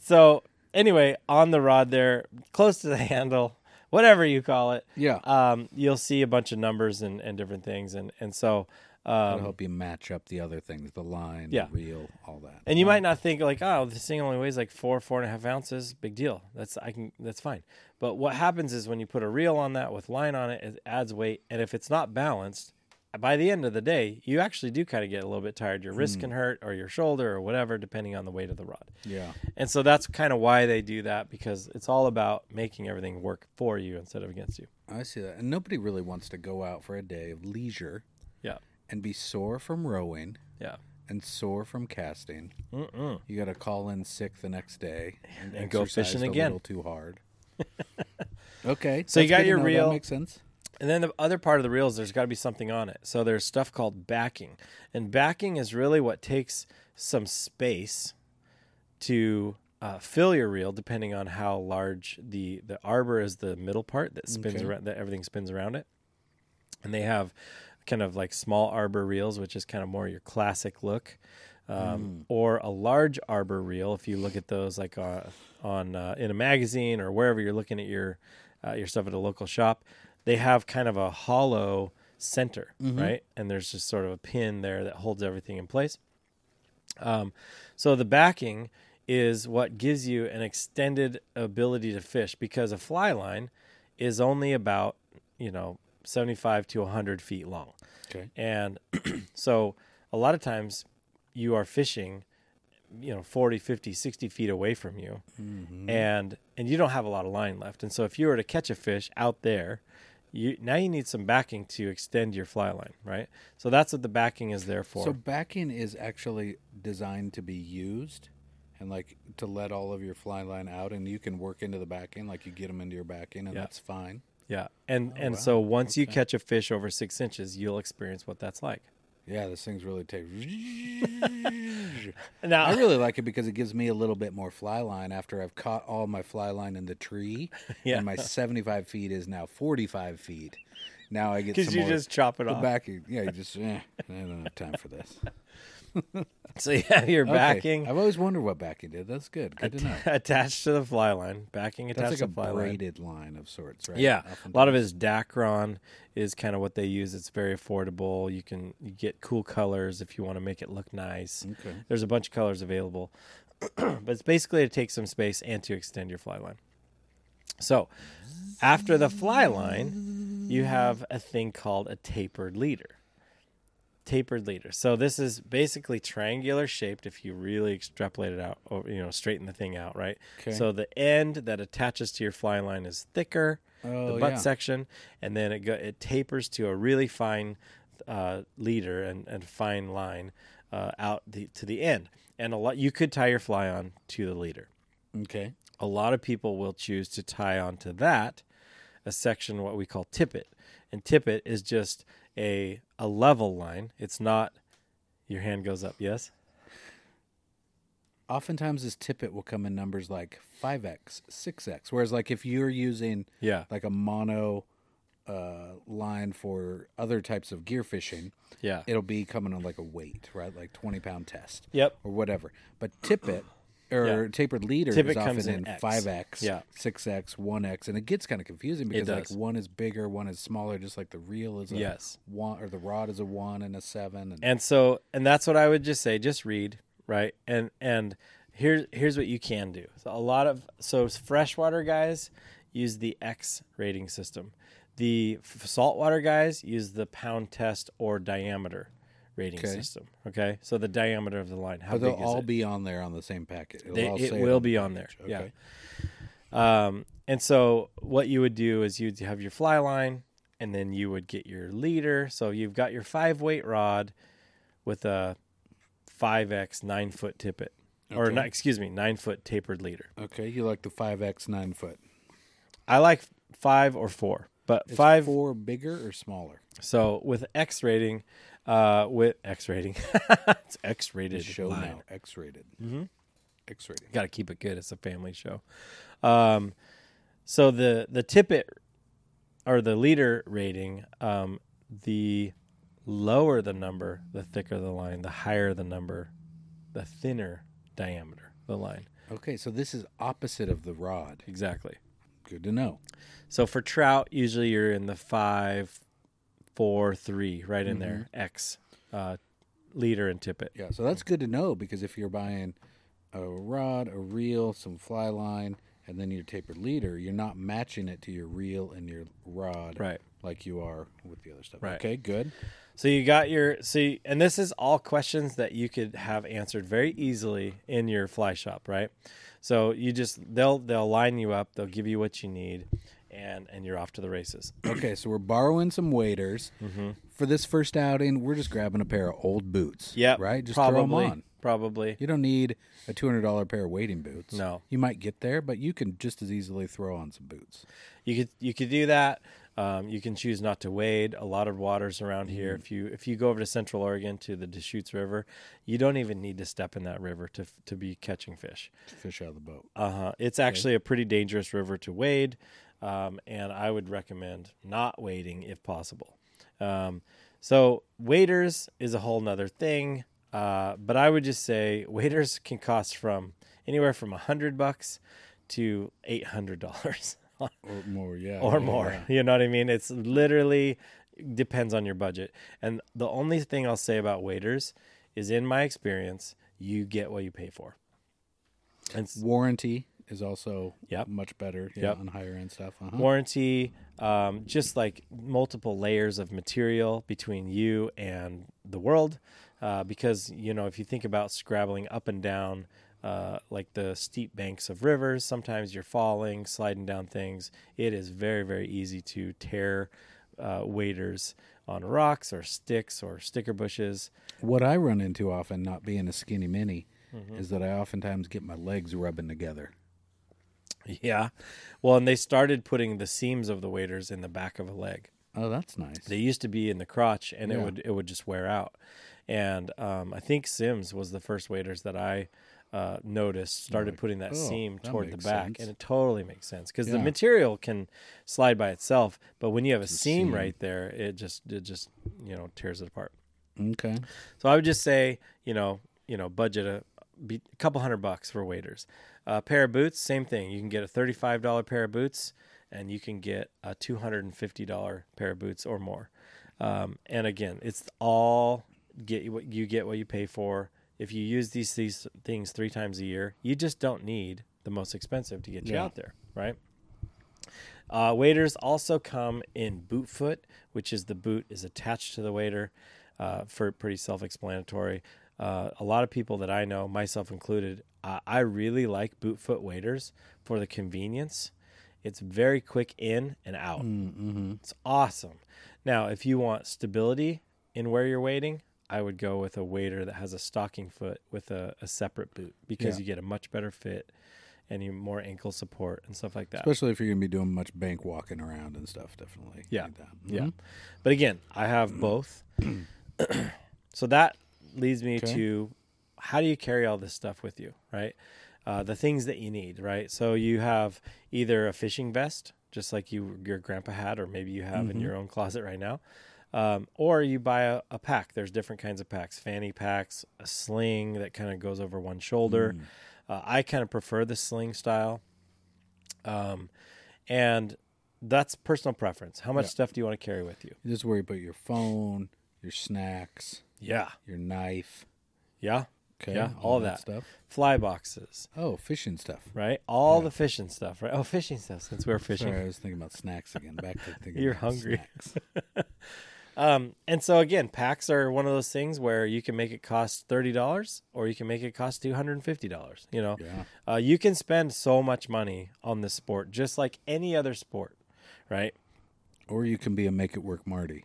B: So anyway, on the rod there, close to the *laughs* handle, whatever you call it,
A: Yeah.
B: um, you'll see a bunch of numbers and, and different things, and and so.
A: That'll
B: Um,
A: help you match up the other things, the line,
B: Yeah.
A: the reel, all that.
B: and you might not think like, oh, this thing only weighs like four, four and a half ounces. Big deal. That's I can. That's fine. But what happens is when you put a reel on that with line on it, it adds weight. And if it's not balanced, by the end of the day, you actually do kind of get a little bit tired. Your wrist can hurt, or your shoulder, or whatever, depending on the weight of the rod.
A: yeah.
B: And so that's kind of why they do that because it's all about making everything work for you instead of against you.
A: I see that. And nobody really wants to go out for a day of leisure
B: Yeah.
A: and be sore from rowing
B: Yeah.
A: and sore from casting.
B: Mm-mm.
A: You got to call in sick the next day and,
B: And go
A: exercised
B: fishing
A: a
B: again.
A: little too
B: *laughs*
A: hard. okay.
B: So you
A: that's
B: got
A: good to
B: your
A: know. That
B: reel.
A: makes sense.
B: And then the other part of the reels, there's got to be something on it. So there's stuff called backing. And backing is really what takes some space to uh, fill your reel, depending on how large the, the arbor is the middle part that spins
A: Okay.
B: around, that everything spins around it. And they have kind of like small arbor reels, which is kind of more your classic look, um, or a large arbor reel. If you look at those like uh, on uh, in a magazine or wherever you're looking at your uh, your stuff at a local shop, they have kind of a hollow center, right? And there's just sort of a pin there that holds everything in place. Um, so the backing is what gives you an extended ability to fish because a fly line is only about you know 75 to 100 feet long.
A: Okay.
B: And *clears throat* so a lot of times you are fishing, you know, 40, 50, 60 feet away from you
A: Mm-hmm.
B: and and you don't have a lot of line left. And so if you were to catch a fish out there, you now you need some backing to extend your fly line, right? So that's what the backing is there for.
A: So backing is actually designed to be used and like to let all of your fly line out and you can work into the backing like you get them into your backing and
B: Yeah.
A: that's fine.
B: yeah. And
A: Oh,
B: and so once you catch a fish over 6 inches, you'll experience what that's like.
A: Yeah, this thing's really
B: *laughs*
A: takes.
B: Now *laughs*
A: I really like it because it gives me a little bit more fly line after I've caught all my fly line in the tree.
B: *laughs* Yeah.
A: And my 75 feet is now 45 feet. Now
B: *laughs*
A: I get
B: cuz
A: some
B: you
A: more
B: just chop it
A: the
B: off.
A: backing. Yeah, you just, eh, I don't have time for this.
B: *laughs* So you have your
A: Okay,
B: *laughs* backing
A: I've always wondered what backing did. That's good. Good to know.
B: *laughs* attached to the fly line, backing attached
A: That's like
B: to
A: a
B: the fly line.
A: braided line of sorts, right?
B: Yeah,
A: Off and
B: a lot of it is Dacron is kind of what they use. It's very affordable. You can you get cool colors if you want to make it look nice.
A: Okay.
B: There's a bunch of colors available, *clears throat* but it's basically to take some space and to extend your fly line. So, after the fly line, you have a thing called a tapered leader. Tapered leader. So this is basically triangular shaped. If you really extrapolate it out, or you know, straiten the thing out, right?
A: Okay.
B: So the end that attaches to your fly line is thicker
A: Oh,
B: the butt
A: yeah.
B: section, and then it go, it tapers to a really fine uh, leader and, and fine line uh, out the, to the end. And a lot you could tie your fly on to the leader.
A: Okay.
B: A lot of people will choose to tie onto that a section what we call tippet, and tippet is just a a level line. It's not your hand goes up. Yes.
A: Oftentimes, this tippet will come in numbers like 5x, 6x. Whereas, like, if you're using
B: Yeah.
A: like a mono uh, line for other types of gear fishing,
B: Yeah.
A: it'll be coming on like a weight, right? Like 20 pound test
B: Yep.
A: or whatever. But tippet or tapered leader
B: Tippet
A: is often
B: comes in
A: in
B: X.
A: five X,
B: Yeah.
A: six X, one X, and it gets kind of confusing because like
B: does.
A: one is bigger, one is smaller, just like the reel is a
B: Yes.
A: one or the rod is a one and a seven, and,
B: And so, and that's what I would just say. Just read, right? And and here's here's what you can do. So a lot of so freshwater guys use the X rating system. The f- saltwater guys use the pound test or diameter rating
A: Okay.
B: system. Okay, so the diameter of the line. How
A: but they'll
B: big is
A: all
B: it?
A: be on there on the same packet. It'll
B: They-
A: all
B: it
A: say
B: will
A: on
B: be
A: the
B: on there.
A: package.
B: Yeah. Um, and so what you would do is you'd have your fly line and then you would get your leader. So you've got your five weight rod with a 5X nine foot tippet or
A: Okay.
B: not, excuse me, nine foot tapered leader.
A: Okay, you like the five X nine foot?
B: I like five or four, but
A: Is
B: five.
A: four bigger or smaller?
B: So with X rating, uh, with X rating, *laughs* it's Mm-hmm. X rated.
A: Show
B: line.
A: now, X rated. X rated.
B: got to keep it good. It's a family show. Um, so the the tippet or the leader rating, um, the lower the number, the thicker the line. The higher the number, the thinner diameter the line.
A: Okay, so this is opposite of the rod.
B: Exactly.
A: Good to know.
B: So for trout, usually you're in the five, four, three, right in there. X uh, leader and tippet.
A: Yeah, so that's good to know because if you're buying a rod, a reel, some fly line, and then your tapered leader, you're not matching it to your reel and your rod
B: Right.
A: like you are with the other stuff.
B: Right.
A: Okay, good.
B: So you got your so you, and this is all questions that you could have answered very easily in your fly shop, right? So you just they'll they'll line you up, they'll give you what you need and and you're off to the races. *clears throat*
A: Okay, so we're borrowing some waders
B: Mm-hmm.
A: for this first outing. We're just grabbing a pair of old boots.
B: Yep.
A: right. Just
B: probably,
A: throw them on.
B: Probably.
A: You don't need a two hundred dollar pair of wading boots.
B: No.
A: you might get there, but you can just as easily throw on some boots.
B: You could you could do that. Um, you can choose not to wade. A lot of waters around here.
A: Mm-hmm.
B: If you if you go over to Central Oregon to the Deschutes River, you don't even need to step in that river to to be catching fish.
A: to Fish out of the boat.
B: Uh huh. It's actually a pretty dangerous river to wade, um, and I would recommend not wading if possible. Um, so waders is a whole nother thing, uh, but I would just say *laughs* waders can cost from anywhere from a hundred bucks to eight hundred dollars *laughs*
A: Or more, yeah.
B: or
A: yeah, Oh,
B: more.
A: yeah.
B: You know what I mean? It's literally depends on your budget. And the only thing I'll say about waiters is, in my experience, you get what you pay for. And s-
A: Warranty is also
B: Yep.
A: much better yeah,
B: Yep.
A: on higher end stuff. Uh-huh.
B: Mm-hmm. warranty, um, just like multiple layers of material between you and the world. Uh, because, you know, if you think about scrabbling up and down, uh, like the steep banks of rivers, sometimes you're falling, sliding down things. It is very, very easy to tear uh, waders on rocks or sticks or sticker bushes. *laughs*
A: What I run into often, not being a skinny mini,
B: Mm-hmm.
A: is that I oftentimes get my legs rubbing together.
B: Yeah. Well, and they started putting the seams of the waders in the back of a leg.
A: Oh, that's nice.
B: they used to be in the crotch and it
A: Yeah.
B: would it would just wear out and um, i think sims was the first waiters that i uh, noticed started putting that
A: oh,
B: seam
A: that
B: toward the
A: makes
B: back
A: sense.
B: and it totally makes sense because the
A: Yeah.
B: material can slide by itself but when you have a seam,
A: seam.
B: right there it just it just you know tears it apart
A: okay.
B: so i would just say you know you know budget a, be- a couple hundred bucks for waiters a pair of boots same thing you can get a $35 pair of boots and you can get a $250 pair of boots or more um, and again, it's all get you what you get what you pay for. If you use these these things three times a year, you just don't need the most expensive to get you
A: Yeah.
B: out there, right? Uh, waders also come in boot foot, which is the boot is attached to the wader. Uh, for pretty self-explanatory. Uh, a lot of people that I know, myself included, uh, I really like boot foot waders for the convenience. It's very quick in and out. It's awesome. Now, if you want stability in where you're waiting, I would go with a waiter that has a stocking foot with a, a separate boot because
A: Yeah.
B: you get a much better fit and you more ankle support and stuff like that.
A: Especially if you're going to be doing much bank walking around and stuff, definitely.
B: Yeah.
A: need that.
B: Yeah.
A: Mhm.
B: Mm-hmm. But again, I have both. so that leads me
A: Okay.
B: to how do you carry all this stuff with you, right? Uh, the things that you need, right? So you have either a fishing vest, just like you your grandpa had, or maybe you have in your own closet right now, Um, or you buy a, a pack. There's different kinds of packs fanny packs, a sling that kind of goes over one shoulder. Uh, I kind of prefer the sling style. Um, and that's personal preference. How much
A: Yeah.
B: stuff do you want to carry with you?
A: This is where you put your phone, your snacks,
B: Yeah.
A: your knife.
B: Yeah.
A: Okay,
B: Yeah, all of that.
A: stuff.
B: Fly boxes,
A: Oh, fishing stuff.
B: right? All the fishing stuff, right? Oh, fishing stuff since we we're fishing.
A: Sorry, I was thinking about snacks again. Back to thinking
B: *laughs* You're
A: about
B: hungry.
A: Snacks.
B: Um, and so again, packs are one of those things where you can make it cost thirty dollars, or you can make it cost two hundred and fifty dollars. You know,
A: Yeah.
B: uh, you can spend so much money on this sport, just like any other sport, right?
A: Or you can be a make it work Marty.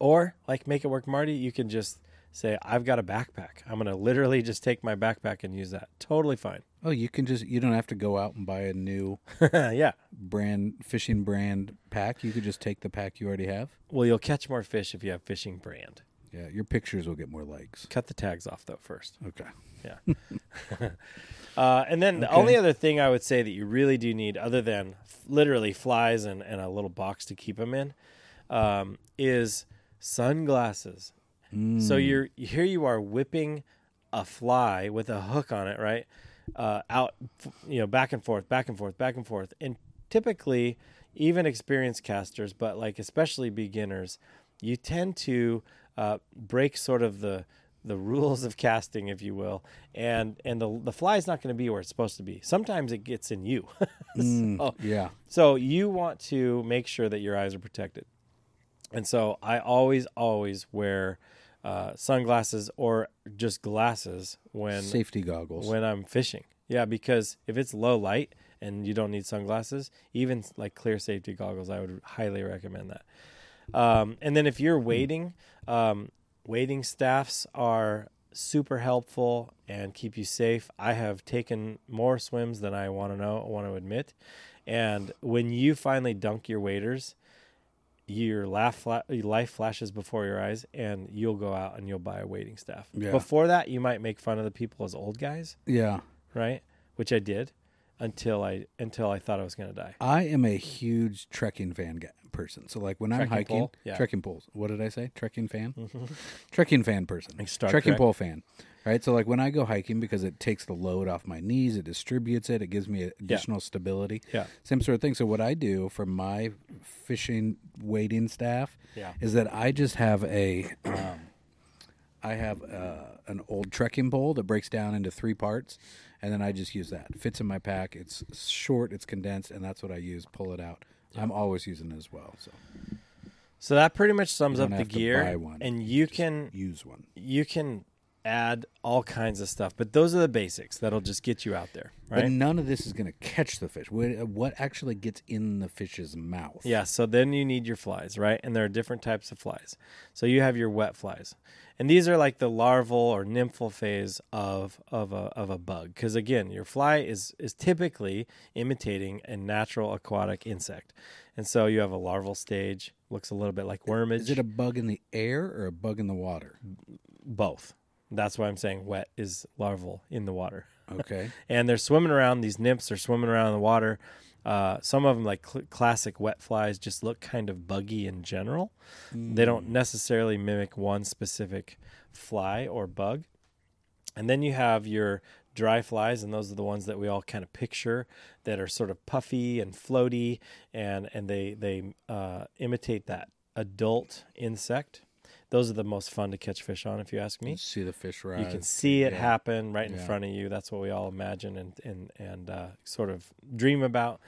B: Or like make it work, Marty. You can just say, "I've got a backpack. I'm gonna literally just take my backpack and use that. Totally fine. *laughs*
A: Oh, you can just you don't have to go out and buy a new
B: yeah.
A: brand fishing brand pack. You could just take the pack you already have.
B: Well, you'll catch more fish if you have fishing brand.
A: Yeah, your pictures will get more likes.
B: Cut the tags off though first.
A: Okay.
B: Yeah. uh, and then the only other thing I would say that you really do need, other than f- literally flies and, and a little box to keep them in, um, is sunglasses. So you're here. You are whipping a fly with a hook on it, right? Uh, out, f- you know, back and forth, back and forth, back and forth. And typically, even experienced casters, but like especially beginners, you tend to uh, break sort of the the rules of casting, if you will, and and the the fly's not going to be where it's supposed to be. Sometimes it gets in you. *laughs* so,
A: Hmm. Yeah.
B: so you want to make sure that your eyes are protected. And so I always, always wear uh, sunglasses or just glasses when
A: Safety goggles.
B: when I'm fishing. Yeah, because if it's low light and you don't need sunglasses, even like clear safety goggles, I would highly recommend that. Um, and then if you're waiting, um, waiting staffs are super helpful and keep you safe. I have taken more swims than I want to know, want to admit. And when you finally dunk your waders, your laugh fla- your life flashes before your eyes, and you'll go out and you'll buy a waiting staff.
A: Yeah.
B: Before that, you might make fun of the people as old guys,
A: yeah.
B: right? Which I did until I until I thought I was gonna die.
A: I am a huge trekking fan ga- person. So like when I'm
B: Trekking
A: hiking,
B: pole? Yeah. Mm-hmm.
A: trekking poles. What did I say? Trekking fan. *laughs* trekking fan person.
B: Like Star
A: trekking
B: Trek.
A: pole fan. Right. So like when I go hiking, because it takes the load off my knees, it distributes it, it gives me additional stability.
B: Yeah.
A: Same sort of thing. So what I do for my fishing waiting staff
B: Yeah.
A: is that I just have a. Um, I have uh, an old trekking pole that breaks down into three parts, and then I just use that. It fits in my pack. It's short, it's condensed, and that's what I use. Pull it out. I'm always using it as well. So
B: So that pretty much sums
A: You
B: up
A: don't
B: the
A: have to
B: gear,
A: buy one.
B: and you can
A: use one.
B: you can add all kinds of stuff, but those are the basics that'll just get you out there, right?
A: But none of this is going to catch the fish. What what actually gets in the fish's mouth?
B: Yeah, so then you need your flies, right? And there are different types of flies. So you have your wet flies. And these are like the larval or nymphal phase of of a of a bug cuz again, your fly is is typically imitating a natural aquatic insect. And so you have a larval stage, looks a little bit like wormage.
A: Is it a bug in the air or a bug in the water?
B: both? That's why I'm saying wet is larval in the water. *laughs*
A: Okay.
B: and they're swimming around. These nymphs are swimming around in the water. Uh, some of them, like cl- classic wet flies, just look kind of buggy in general. They don't necessarily mimic one specific fly or bug. And then you have your dry flies, and those are the ones that we all kind of picture that are sort of puffy and floaty, and and they they uh, imitate that adult insect. Those are the most fun to catch fish on, if you ask me.
A: You see the fish rise.
B: You can see it
A: yeah.
B: happen right in
A: Yeah.
B: front of you. That's what we all imagine and and and uh, sort of dream about.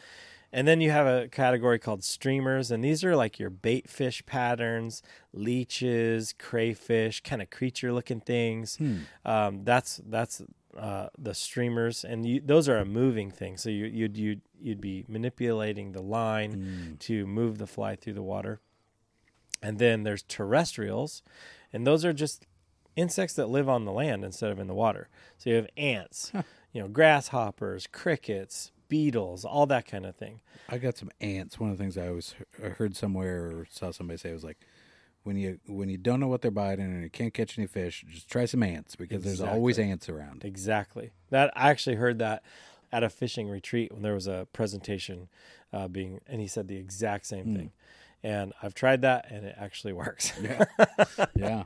B: And then you have a category called streamers, and these are like your bait fish patterns, leeches, crayfish, kind of creature-looking things.
A: Hmm.
B: Um, that's that's uh, the streamers, and you, those are a moving thing. So you, you'd you'd you'd be manipulating the
A: Hmm.
B: line to move the fly through the water. And then there's terrestrials, and those are just insects that live on the land instead of in the water. So you have ants, you know, grasshoppers, crickets, beetles, all that kind of thing.
A: I got some ants. One of the things I always he- heard somewhere or saw somebody say was like, when you when you don't know what they're biting and you can't catch any fish, just try some ants because there's always ants
B: *laughs*
A: around.
B: Exactly. That I actually heard that at a fishing retreat when there was a presentation uh, being, and he said the exact same thing. And I've tried that and it actually *laughs* works.
A: Yeah. yeah.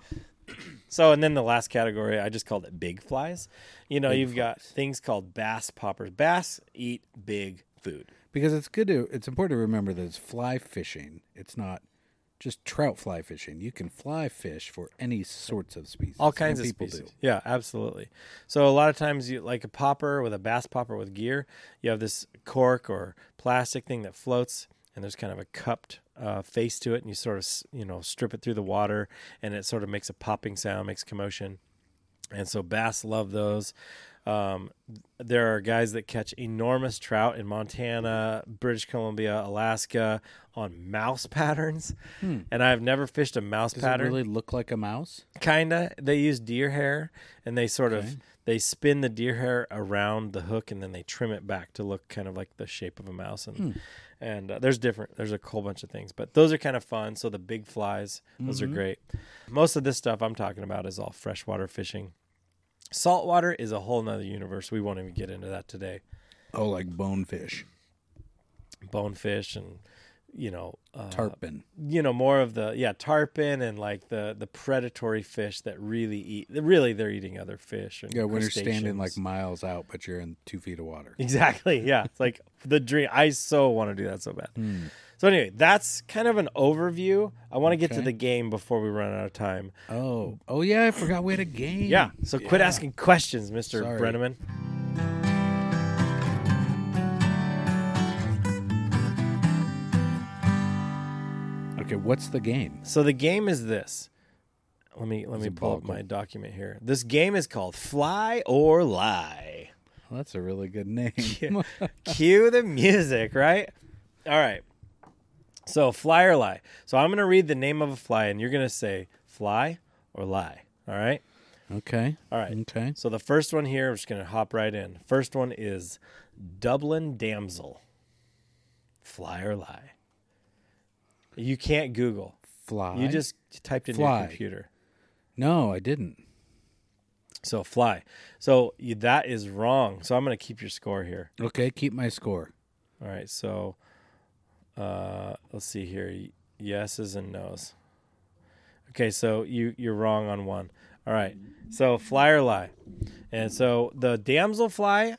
B: So, and then the last category, I just called it big flies. You know, you've got things called bass poppers. Bass eat big food.
A: Because it's good to it's important to remember that it's fly fishing. It's not just trout fly fishing. You can fly fish for any sorts of species.
B: All
A: and
B: kinds of
A: people
B: species.
A: do.
B: Yeah, absolutely. So a lot of times, you like a popper with a bass popper with gear. You have this cork or plastic thing that floats, and there's kind of a cupped uh, face to it, and you sort of s- you know strip it through the water, and it sort of makes a popping sound, makes commotion, and so bass love those. Um, there are guys that catch enormous trout in Montana, British Columbia, Alaska on mouse *laughs* patterns, and I've never fished a mouse
A: Does
B: pattern
A: it Hmm. really look like a mouse?
B: kinda they use deer hair and they sort of they spin the deer hair around the hook and then they trim it back to look kind of like the shape of a mouse and and uh, there's different there's a whole bunch of things but those are kind of fun so the big flies those are great most of this stuff i'm talking about is all freshwater fishing saltwater is a whole nother universe we won't even get into that today
A: Oh, like bonefish,
B: bonefish and you know uh,
A: tarpon.
B: you know more of the yeah tarpon and like the the predatory fish that really eat really they're eating other fish and
A: yeah, when you're standing like
B: crustaceans.
A: miles out, but you're in two feet of water.
B: exactly yeah it's like the dream i so want to do that so bad
A: Hmm.
B: so anyway that's kind of an overview i want to get to
A: Okay.
B: the game before we run out of time
A: Oh, oh yeah, I forgot we had a game.
B: yeah so quit asking questions mr
A: Hmm. Sorry.
B: brenneman
A: Okay, what's the game?
B: so the game is this let me let me
A: a
B: pull up
A: boggle.
B: my document here this game is called fly or lie
A: Well, that's a really good
B: *laughs*
A: name.
B: Cue the music, right? All right. So fly or lie. So I'm gonna read the name of a fly, and you're gonna say fly or lie. All right.
A: *laughs* okay.
B: All right.
A: Okay.
B: So the first one here, I'm just gonna hop right in. First one is Dublin damsel. Fly or lie. You can't Google.
A: Fly.
B: You just typed in
A: Fly.
B: your computer.
A: No, I didn't.
B: So fly. So you, that is wrong. So I'm gonna keep your score here.
A: Okay, keep my score.
B: All right, so uh, let's see here. Y- Yeses and nos. Okay, so you you're wrong on one. All right, so fly or lie, and so the damsel fly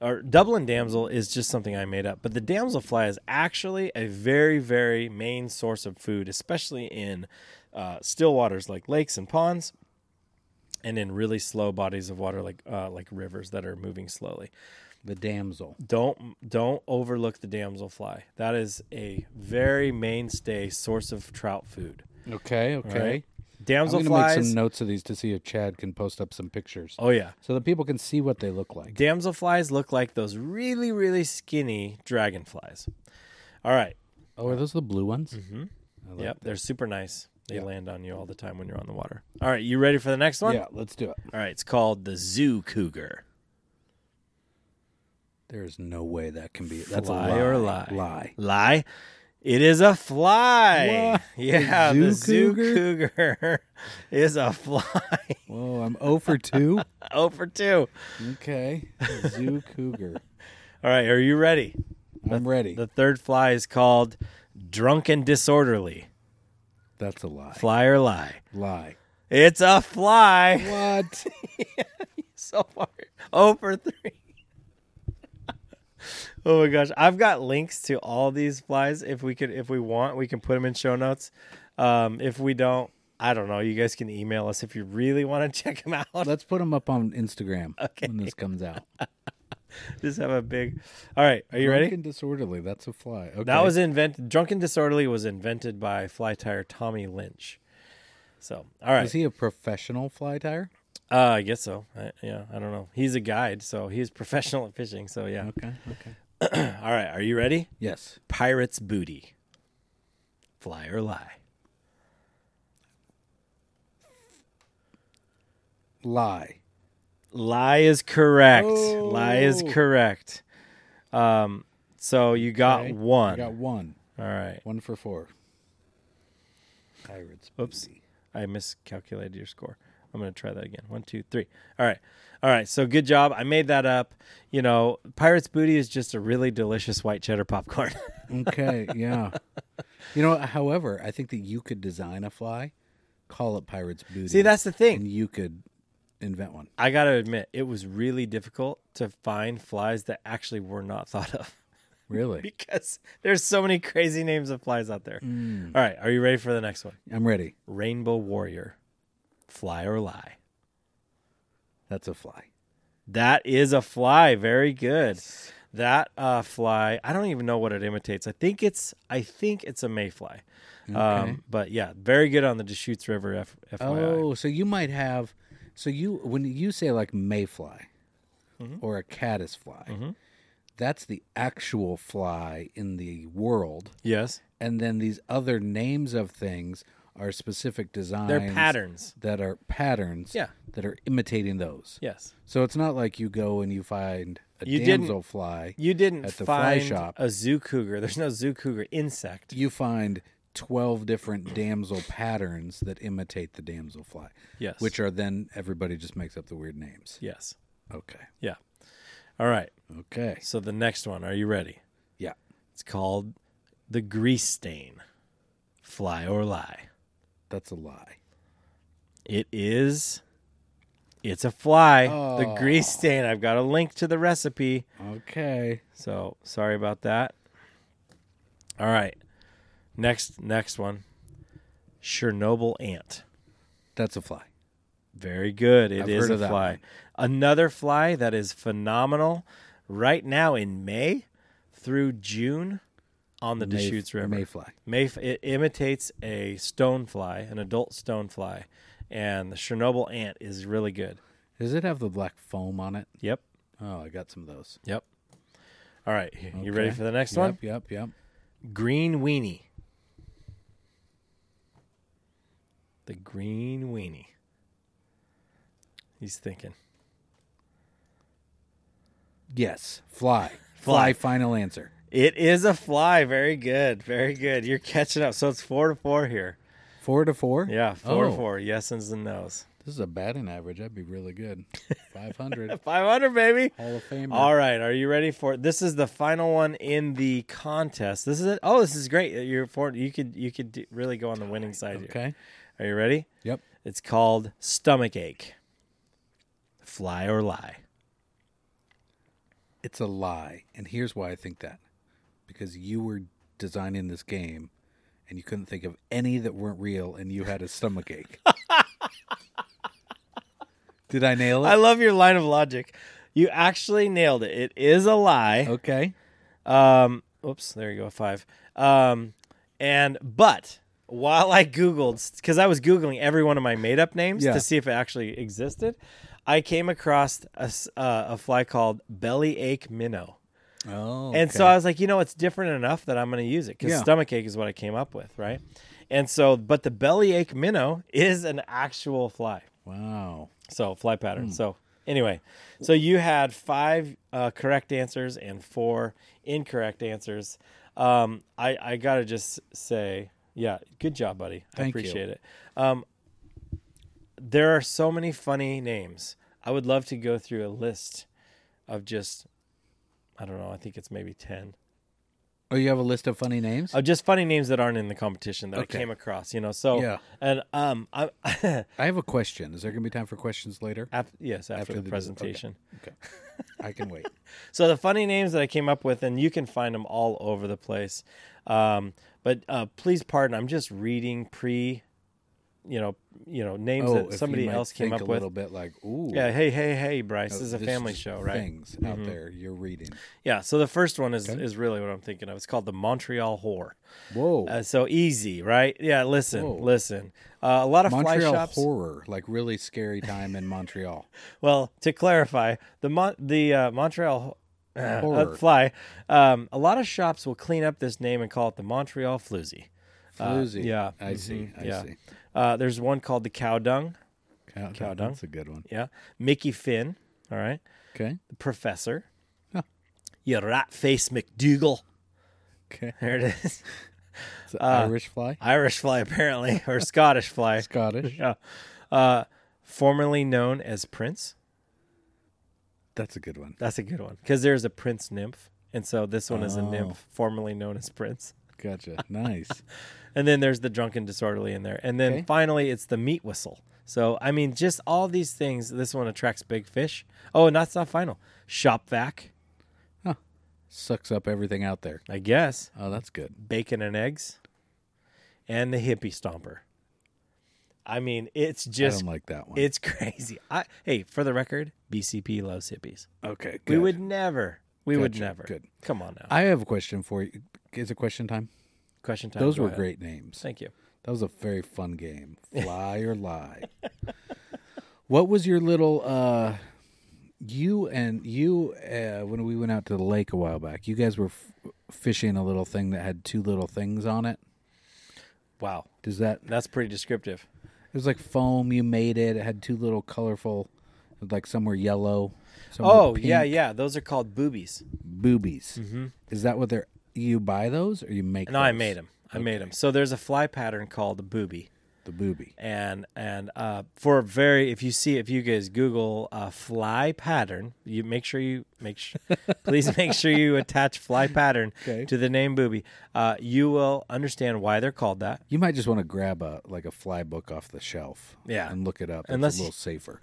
B: or Dublin damsel is just something I made up, but the damsel fly is actually a very very main source of food, especially in uh, still waters like lakes and ponds and in really slow bodies of water like uh, like rivers that are moving slowly
A: The damsel.
B: don't don't overlook the damselfly. That is a very mainstay source of trout food.
A: Okay. Okay.
B: right?
A: I'm gonna make some
B: Damselflies.
A: notes of these to see if Chad can post up some pictures,
B: oh yeah,
A: so that people can see what they look like.
B: damselflies look like those really really skinny dragonflies. All right.
A: Oh, are those the blue ones? Mm-hmm.
B: yep, they're super nice. They
A: Yep.
B: land on you all the time when you're on the water. All right, you ready for the next one?
A: Yeah. Let's do it.
B: All right, it's called the zoo cougar.
A: There is no way that can be. That's
B: Fly
A: a lie
B: or lie?
A: Lie.
B: Lie. It is a fly. *laughs*
A: What?
B: Yeah,
A: The
B: the
A: zoo
B: zoo cougar *laughs* is a fly. *laughs*
A: Whoa, I'm 0 for two.
B: oh for two. *laughs*
A: okay. Zoo cougar.
B: All right, are you ready?
A: I'm ready.
B: The third fly is called Drunken Disorderly.
A: That's a lie.
B: Fly or lie?
A: Lie.
B: It's a fly. *laughs*
A: What?
B: So far, oh for 3. *laughs* oh my gosh. I've got links to all these flies. If we could, if we want, we can put them in show notes. Um, if we don't, I don't know. You guys can email us if you really want to *laughs* check them out.
A: Let's put them up on Instagram
B: *laughs*
A: when this comes out.
B: Just have a big. All right. Are you ready?
A: Drunk and disorderly. That's a fly. Okay.
B: That was invented. Drunken Disorderly was invented by fly tire Tommy Lynch. So, all right.
A: Is he a professional fly tire?
B: Uh, I guess so. I, yeah, I don't know. He's a guide, so he's *laughs* professional at fishing. So yeah.
A: Okay. Okay.
B: All right, are you ready?
A: Yes.
B: Pirate's booty. Fly or lie?
A: Lie.
B: Lie is correct. Lie is
A: Oh.
B: correct. Um, so you got
A: Okay. I
B: one.
A: got one.
B: All right.
A: One for four. Pirates.
B: Oops, I miscalculated your score. I'm gonna try that again. One, two, three. All right, all right. So good job. I made that up. You know, pirate's booty is just a really delicious white cheddar popcorn.
A: Okay. Yeah. You know, however, I think that you could design a fly, call it Pirate's Booty.
B: *laughs* See, that's the thing.
A: and you could invent one.
B: I gotta admit, it was really difficult to find flies that actually were not *laughs* thought of
A: Really?
B: because there's so many crazy names of flies out there.
A: Mm,
B: All right, are you ready for the next one?
A: I'm ready.
B: Rainbow warrior, fly or lie.
A: That's a fly.
B: That is a fly. Very good. That uh, fly, I don't even know what it imitates. I think it's, I think it's a mayfly. Um, but yeah, very good on the Deschutes River. F- FYI.
A: Oh, so you might have. So you when you say like mayfly,
B: Mm-hmm.
A: or a caddis fly, that's the actual fly in the world,
B: yes,
A: and then these other names of things are specific designs.
B: they're patterns.
A: that are patterns.
B: Yeah.
A: that are imitating those.
B: Yes,
A: So it's not like you go and you find a
B: You didn't-
A: damsel fly.
B: you didn't
A: At the fly
B: find
A: shop.
B: a zoo cougar. There's no zoo cougar insect.
A: You find twelve different damsel patterns that imitate the damsel fly,
B: Yes,
A: which are then everybody just makes up the weird names.
B: yes,
A: Okay.
B: yeah. All right.
A: Okay.
B: So the next one, are you ready?
A: Yeah.
B: It's called the grease stain, fly or lie.
A: That's a lie.
B: It is. It's a fly.
A: Oh.
B: The grease stain. I've got a link to the recipe.
A: Okay.
B: So sorry about that. All right. Next next one. Chernobyl ant.
A: That's a fly.
B: Very good. It is
A: I've heard
B: a
A: of that
B: fly.
A: one.
B: Another fly that is phenomenal right now in May through June on the
A: May-
B: Deschutes River.
A: Mayfly.
B: Mayf- it imitates a stonefly, an adult stonefly, and the Chernobyl ant is really good.
A: Does it have the black foam on it?
B: Yep.
A: Oh, I got some of those.
B: Yep. All right. You ready
A: Okay.
B: for the next
A: yep,
B: one?
A: yep, yep.
B: Green weenie. The green weenie. He's thinking.
A: Yes.
B: *laughs*
A: Fly. Fly.
B: Fly.
A: final answer.
B: It is a fly. Very good. Very good. You're catching up. So it's four to four here.
A: Four to four?
B: Yeah, four
A: Oh.
B: to four. Yeses and nos.
A: This is a batting average. That'd be really
B: *laughs*
A: good. 500.
B: Five hundred, baby.
A: Hall of Fame.
B: All right, are you ready for it? This is the final one in the contest. This is it. Oh, this is great. You're for you could you could do, really go on the winning side here.
A: Okay.
B: Are you ready?
A: Yep.
B: It's called stomach ache. Fly or lie.
A: It's a lie. And here's why I think that. Because you were designing this game and you couldn't think of any that weren't real and you had a stomach
B: *laughs*
A: ache. Did I nail it?
B: I love your line of logic. You actually nailed it. It is a lie.
A: okay.
B: Um oops, there you go, five. Um and but while I Googled, because I was Googling every one of my made up names
A: Yeah.
B: to see if it actually existed, I came across a, s- uh, a fly called bellyache minnow.
A: Oh.
B: And so I was like, you know, it's different enough that I'm going to use it because
A: Yeah.
B: stomach ache is what I came up with, right? And so, but the bellyache minnow is an actual fly,
A: wow.
B: so fly pattern.
A: Hmm.
B: So anyway, so you had five uh, correct answers and four incorrect answers. Um, I I gotta just say, yeah, good job, buddy. I
A: Thank you.
B: appreciate it. Um, there are so many funny names. I would love to go through a list of just, I don't know. I think it's maybe ten
A: Oh, you have a list of funny names?
B: of just funny names that aren't in the competition that
A: Okay.
B: I came across. You know, so
A: Yeah.
B: and um, I *laughs*
A: I have a question. Is there going to be time for questions later?
B: af- yes after,
A: After
B: the,
A: the- okay.
B: presentation.
A: Okay. I can wait.
B: So the funny names that I came up with, and you can find them all over the place. Um, but uh, please pardon, I'm just reading pre, you know, you know names
A: Oh, if
B: that
A: you
B: *laughs* somebody
A: might
B: else came
A: think
B: up
A: a
B: with.
A: little bit like, ooh.
B: Yeah, hey, hey, hey, Bryce, this is a
A: this
B: family
A: is
B: show, right? Mm-hmm.
A: Things out there you're reading.
B: Yeah. So the first one is
A: Okay.
B: is really what I'm thinking of. It's called the Montreal Whore.
A: Whoa.
B: Uh, so easy, right? Yeah. Listen,
A: Whoa.
B: listen. Uh, a lot of fly
A: Montreal
B: shops.
A: horror, like really scary time in Montreal.
B: Well, to clarify, the Mon- the uh, Montreal uh,
A: Horror.
B: uh, fly, um, a lot of shops will clean up this name and call it the Montreal Floozy.
A: Floozy.
B: Uh, yeah.
A: I see. I
B: yeah.
A: see.
B: Uh, there's one called the Cow Dung.
A: Cow,
B: Cow dung.
A: that's a good one.
B: Yeah. Mickey Finn. All right.
A: Okay.
B: The Professor.
A: Huh.
B: Yeah, rat face McDougal.
A: *laughs* Okay. Uh,
B: There it is. *laughs*
A: It's an Irish fly,
B: Irish fly, apparently, or
A: *laughs*
B: Scottish fly.
A: Scottish.
B: Yeah. Uh, formerly known as Prince.
A: That's a good one. Oh.
B: That's a good one because there's a Prince nymph. And so this one is a nymph formerly known as Prince.
A: *laughs* Gotcha. Nice.
B: And then there's the drunken disorderly in there. And then
A: Okay.
B: finally, it's the meat whistle. So, I mean, just all these things. This one attracts big fish. Oh, and that's not final. Shop vac,
A: Sucks up everything out there.
B: I guess.
A: Oh, that's good.
B: Bacon and eggs. And the hippie stomper. I mean, it's
A: I
B: just,
A: don't like that one.
B: it's *laughs* crazy. I, hey, for the record, BCP loves hippies.
A: okay.
B: We
A: good.
B: would never. We would
A: Gotcha.
B: never.
A: Good.
B: Come on now.
A: I have a question for you. Is it question time?
B: Question time.
A: Those
B: Go
A: were
B: ahead.
A: great names.
B: Thank you.
A: That was a very fun
B: *laughs*
A: game. Fly or lie. what was your little uh you and you uh when we went out to the lake a while back, you guys were f- fishing a little thing that had two little things on it.
B: Wow.
A: Does that
B: That's pretty descriptive.
A: it was like foam you made it. It had two little colorful like somewhere yellow. Somewhere
B: Oh, yeah,
A: pink.
B: yeah. Those are called boobies.
A: Boobies. Is that what they're you buy those or you make
B: No, I
A: those?
B: made them. I made them. So there's a fly pattern called a booby,
A: The booby.
B: and and uh, for very if you see if you guys Google uh, fly pattern, you make sure you make sure, *laughs* please make sure you attach fly pattern
A: Okay.
B: to the name booby. Uh, you will understand why they're called that.
A: You might just want to grab a like a fly book off the shelf,
B: Yeah.
A: and look it up.
B: Unless-
A: it's a little
B: *laughs*
A: safer.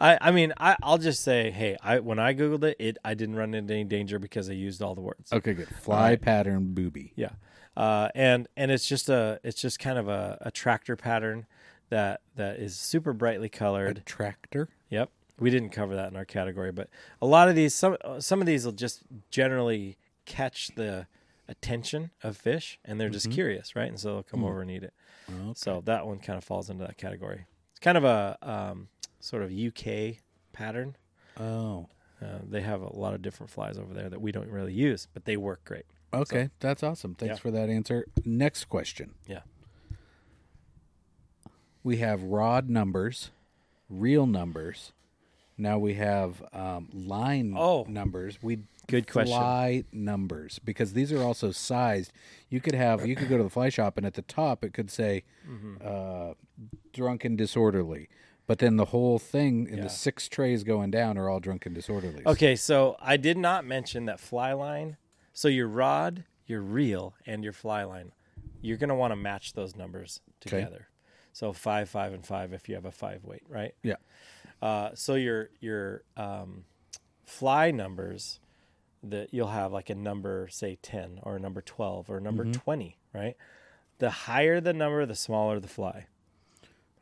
B: I, I mean I, I'll just say hey I when I googled it it I didn't run into any danger because I used all the words.
A: okay, good. Fly pattern booby.
B: Yeah, uh, and and it's just a it's just kind of a, a tractor pattern that that is super brightly colored.
A: Tractor.
B: Yep. We didn't cover that in our category, but a lot of these some uh, some of these will just generally catch the attention of fish and they're just curious, right? And so they'll come over and eat it. So that one kind of falls into that category. It's kind of a um, sort of UK pattern.
A: Oh,
B: Uh, they have a lot of different flies over there that we don't really use, but they work great.
A: okay, that's awesome. Thanks
B: Yeah.
A: for that answer. Next question.
B: Yeah.
A: We have rod numbers, real numbers. Now we have um, line
B: Oh.
A: numbers. We
B: Good question.
A: Fly numbers because these are also sized. You could have you could go to the fly shop and at the top it could say
B: Mm-hmm.
A: uh, drunk and disorderly, but then the whole thing in
B: Yeah.
A: the six trays going down are all drunk and disorderly.
B: Okay, so I did not mention that fly line. So your rod, your reel, and your fly line, you're gonna want to match those numbers together. So five, five, and five if you have a five weight, right?
A: Yeah.
B: Uh, so your your um, fly numbers that you'll have like a number, say ten or a number twelve or a number twenty, right? The higher the number, the smaller the fly.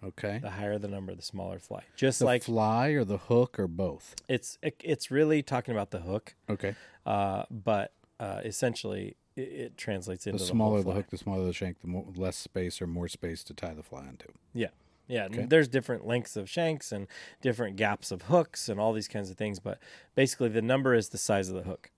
A: Okay.
B: The higher the number, the smaller fly. Just
A: The
B: like
A: fly or the hook or both.
B: it's it, it's really talking about the hook.
A: Okay.
B: uh, but uh, essentially it, it translates into
A: The
B: the,
A: smaller
B: whole
A: the
B: fly.
A: hook, the smaller the shank, the more, less space or more space to tie the fly into.
B: Yeah, yeah. and There's different lengths of shanks and different gaps of hooks and all these kinds of things, but basically the number is the size of the hook.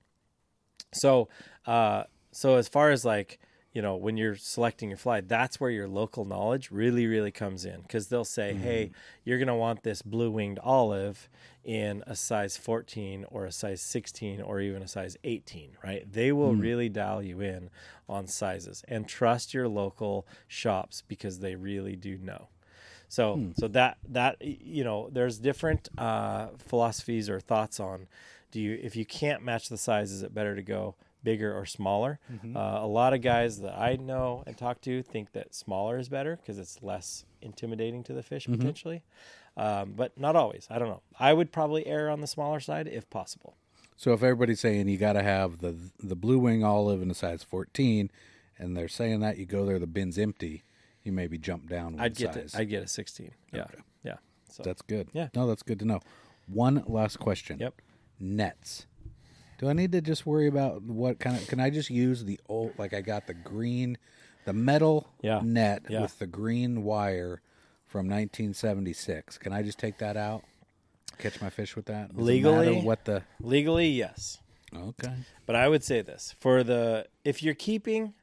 B: So, uh, so as far as like you know, when you're selecting your fly, that's where your local knowledge really, really comes in because they'll say, "Hey, you're gonna want this blue winged olive in a size 14 or a size 16 or even a size 18." Right? They will really dial you in on sizes and trust your local shops because they really do know. So, so that that you know, there's different uh, philosophies or thoughts on. Do you if you can't match the size, is it better to go bigger or smaller? Uh, a lot of guys that I know and talk to think that smaller is better because it's less intimidating to the fish potentially, um, but not always. I don't know. I would probably err on the smaller side if possible.
A: So if everybody's saying you got to have the the blue wing olive in a size 14, and they're saying that you go there, the bin's empty, you maybe jump down one
B: I'd get
A: size.
B: to, I'd get a 16. Yeah, yeah. So
A: that's good.
B: Yeah.
A: No, that's good to know. One last question.
B: Yep.
A: Nets. Do I need to just worry about what kind of? Can I just use the old? Like I got the green, the metal
B: Yeah.
A: net
B: Yeah.
A: with the green wire from 1976. Can I just take that out? Catch my fish with that Does it matter
B: Legally?
A: What the?
B: legally, yes.
A: Okay.
B: But I would say this for the if you're keeping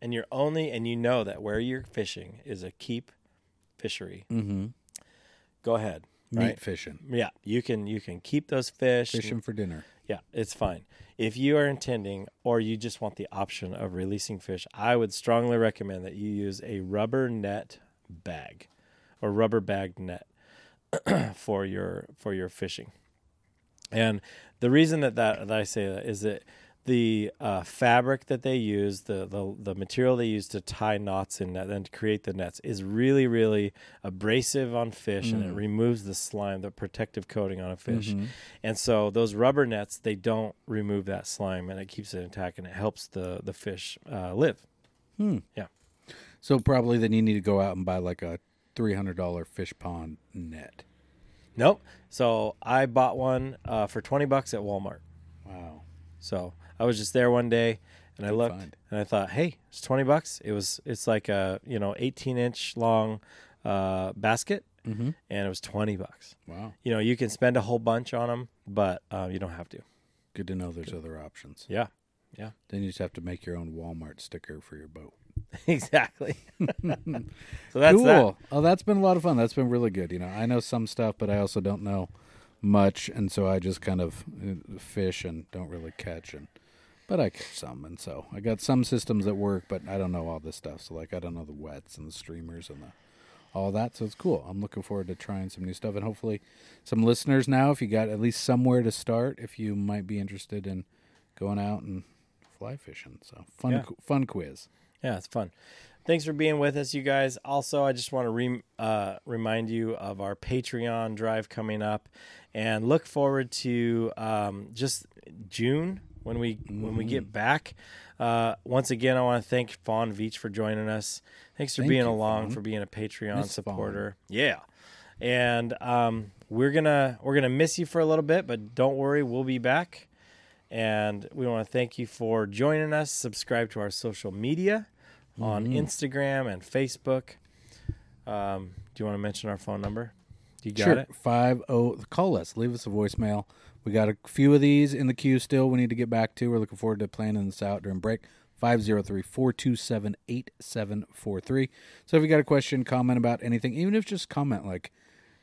B: and you're only and you know that where you're fishing is a keep fishery, go ahead.
A: Meat
B: Right?
A: fishing.
B: Yeah, you can you can keep those fish.
A: Fishing for dinner.
B: Yeah, it's fine. If you are intending or you just want the option of releasing fish, I would strongly recommend that you use a rubber net bag or rubber bag net *clears throat* for your for your fishing. And the reason that, that that I say that is that the uh, fabric that they use, the, the the material they use to tie knots in net and to create the nets is really really abrasive on fish, and it removes the slime, the protective coating on a fish. And so those rubber nets they don't remove that slime, and it keeps it intact, and it helps the the fish uh, live. Yeah.
A: So probably then you need to go out and buy like a three hundred dollar fish pond net.
B: Nope. So I bought one uh, for twenty bucks at Walmart.
A: Wow.
B: So I was just there one day and I looked
A: find.
B: and I thought, hey, it's twenty bucks. It was it's like a you know eighteen inch long uh, basket,
A: Mm-hmm.
B: and it was twenty bucks.
A: Wow.
B: You know, you can spend a whole bunch on them, but uh, you don't have to.
A: Good to know there's other options.
B: Yeah, yeah, *laughs*
A: Then you just have to make your own Walmart sticker for your boat. *laughs*
B: exactly. so that's
A: cool.
B: that.
A: Oh, that's been a lot of fun. That's been really good. You know, I know some stuff, but I also don't know much, and so I just kind of uh, fish and don't really catch and. But I catch some, and so I got some systems that work, but I don't know all this stuff. So like, I don't know the wets and the streamers and the all that. So it's cool. I'm looking forward to trying some new stuff, and hopefully, some listeners now, if you got at least somewhere to start, if you might be interested in going out and fly fishing. So fun,
B: Yeah.
A: qu- fun quiz.
B: Yeah, it's fun. Thanks for being with us, you guys. Also, I just want to re- uh, remind you of our Patreon drive coming up, and look forward to um, just June when we when we
A: Mm-hmm.
B: get back. Uh, once again, I want to thank Fawn Veach for joining us. Thanks for
A: Thank
B: being
A: you,
B: along,
A: Fawn.
B: for being a Patreon
A: Miss Fawn.
B: supporter. Yeah, and um, we're gonna we're gonna miss you for a little bit, but don't worry, we'll be back. And we want to thank you for joining us. Subscribe to our social media on
A: Mm-hmm.
B: Instagram and Facebook. Um, do you want to mention our phone number? You got
A: sure.
B: it?
A: Five oh, call us. Leave us a voicemail. We got a few of these in the queue still. We need to get back to. We're looking forward to planning this out during break. 503-427-8743. So if you got a question, comment about anything, even if just comment like,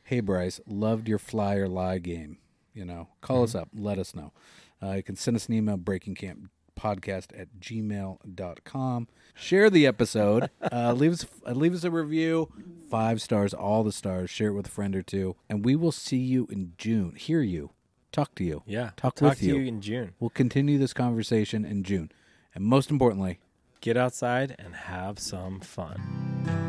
A: "Hey Bryce, loved your fly or lie game." You know, call
B: Mm-hmm.
A: us up. Let us know. Uh, you can send us an email breakingcamppodcast at gmail.com. Share the
B: *laughs*
A: episode. uh, leave us uh, leave us a review. Five stars, all the stars. Share it with a friend or two, and we will see you in June. Hear you, talk to you.
B: Yeah.
A: talk, with
B: to
A: you.
B: you in June.
A: We'll continue this conversation in June, and most importantly.
B: Get outside and have some fun.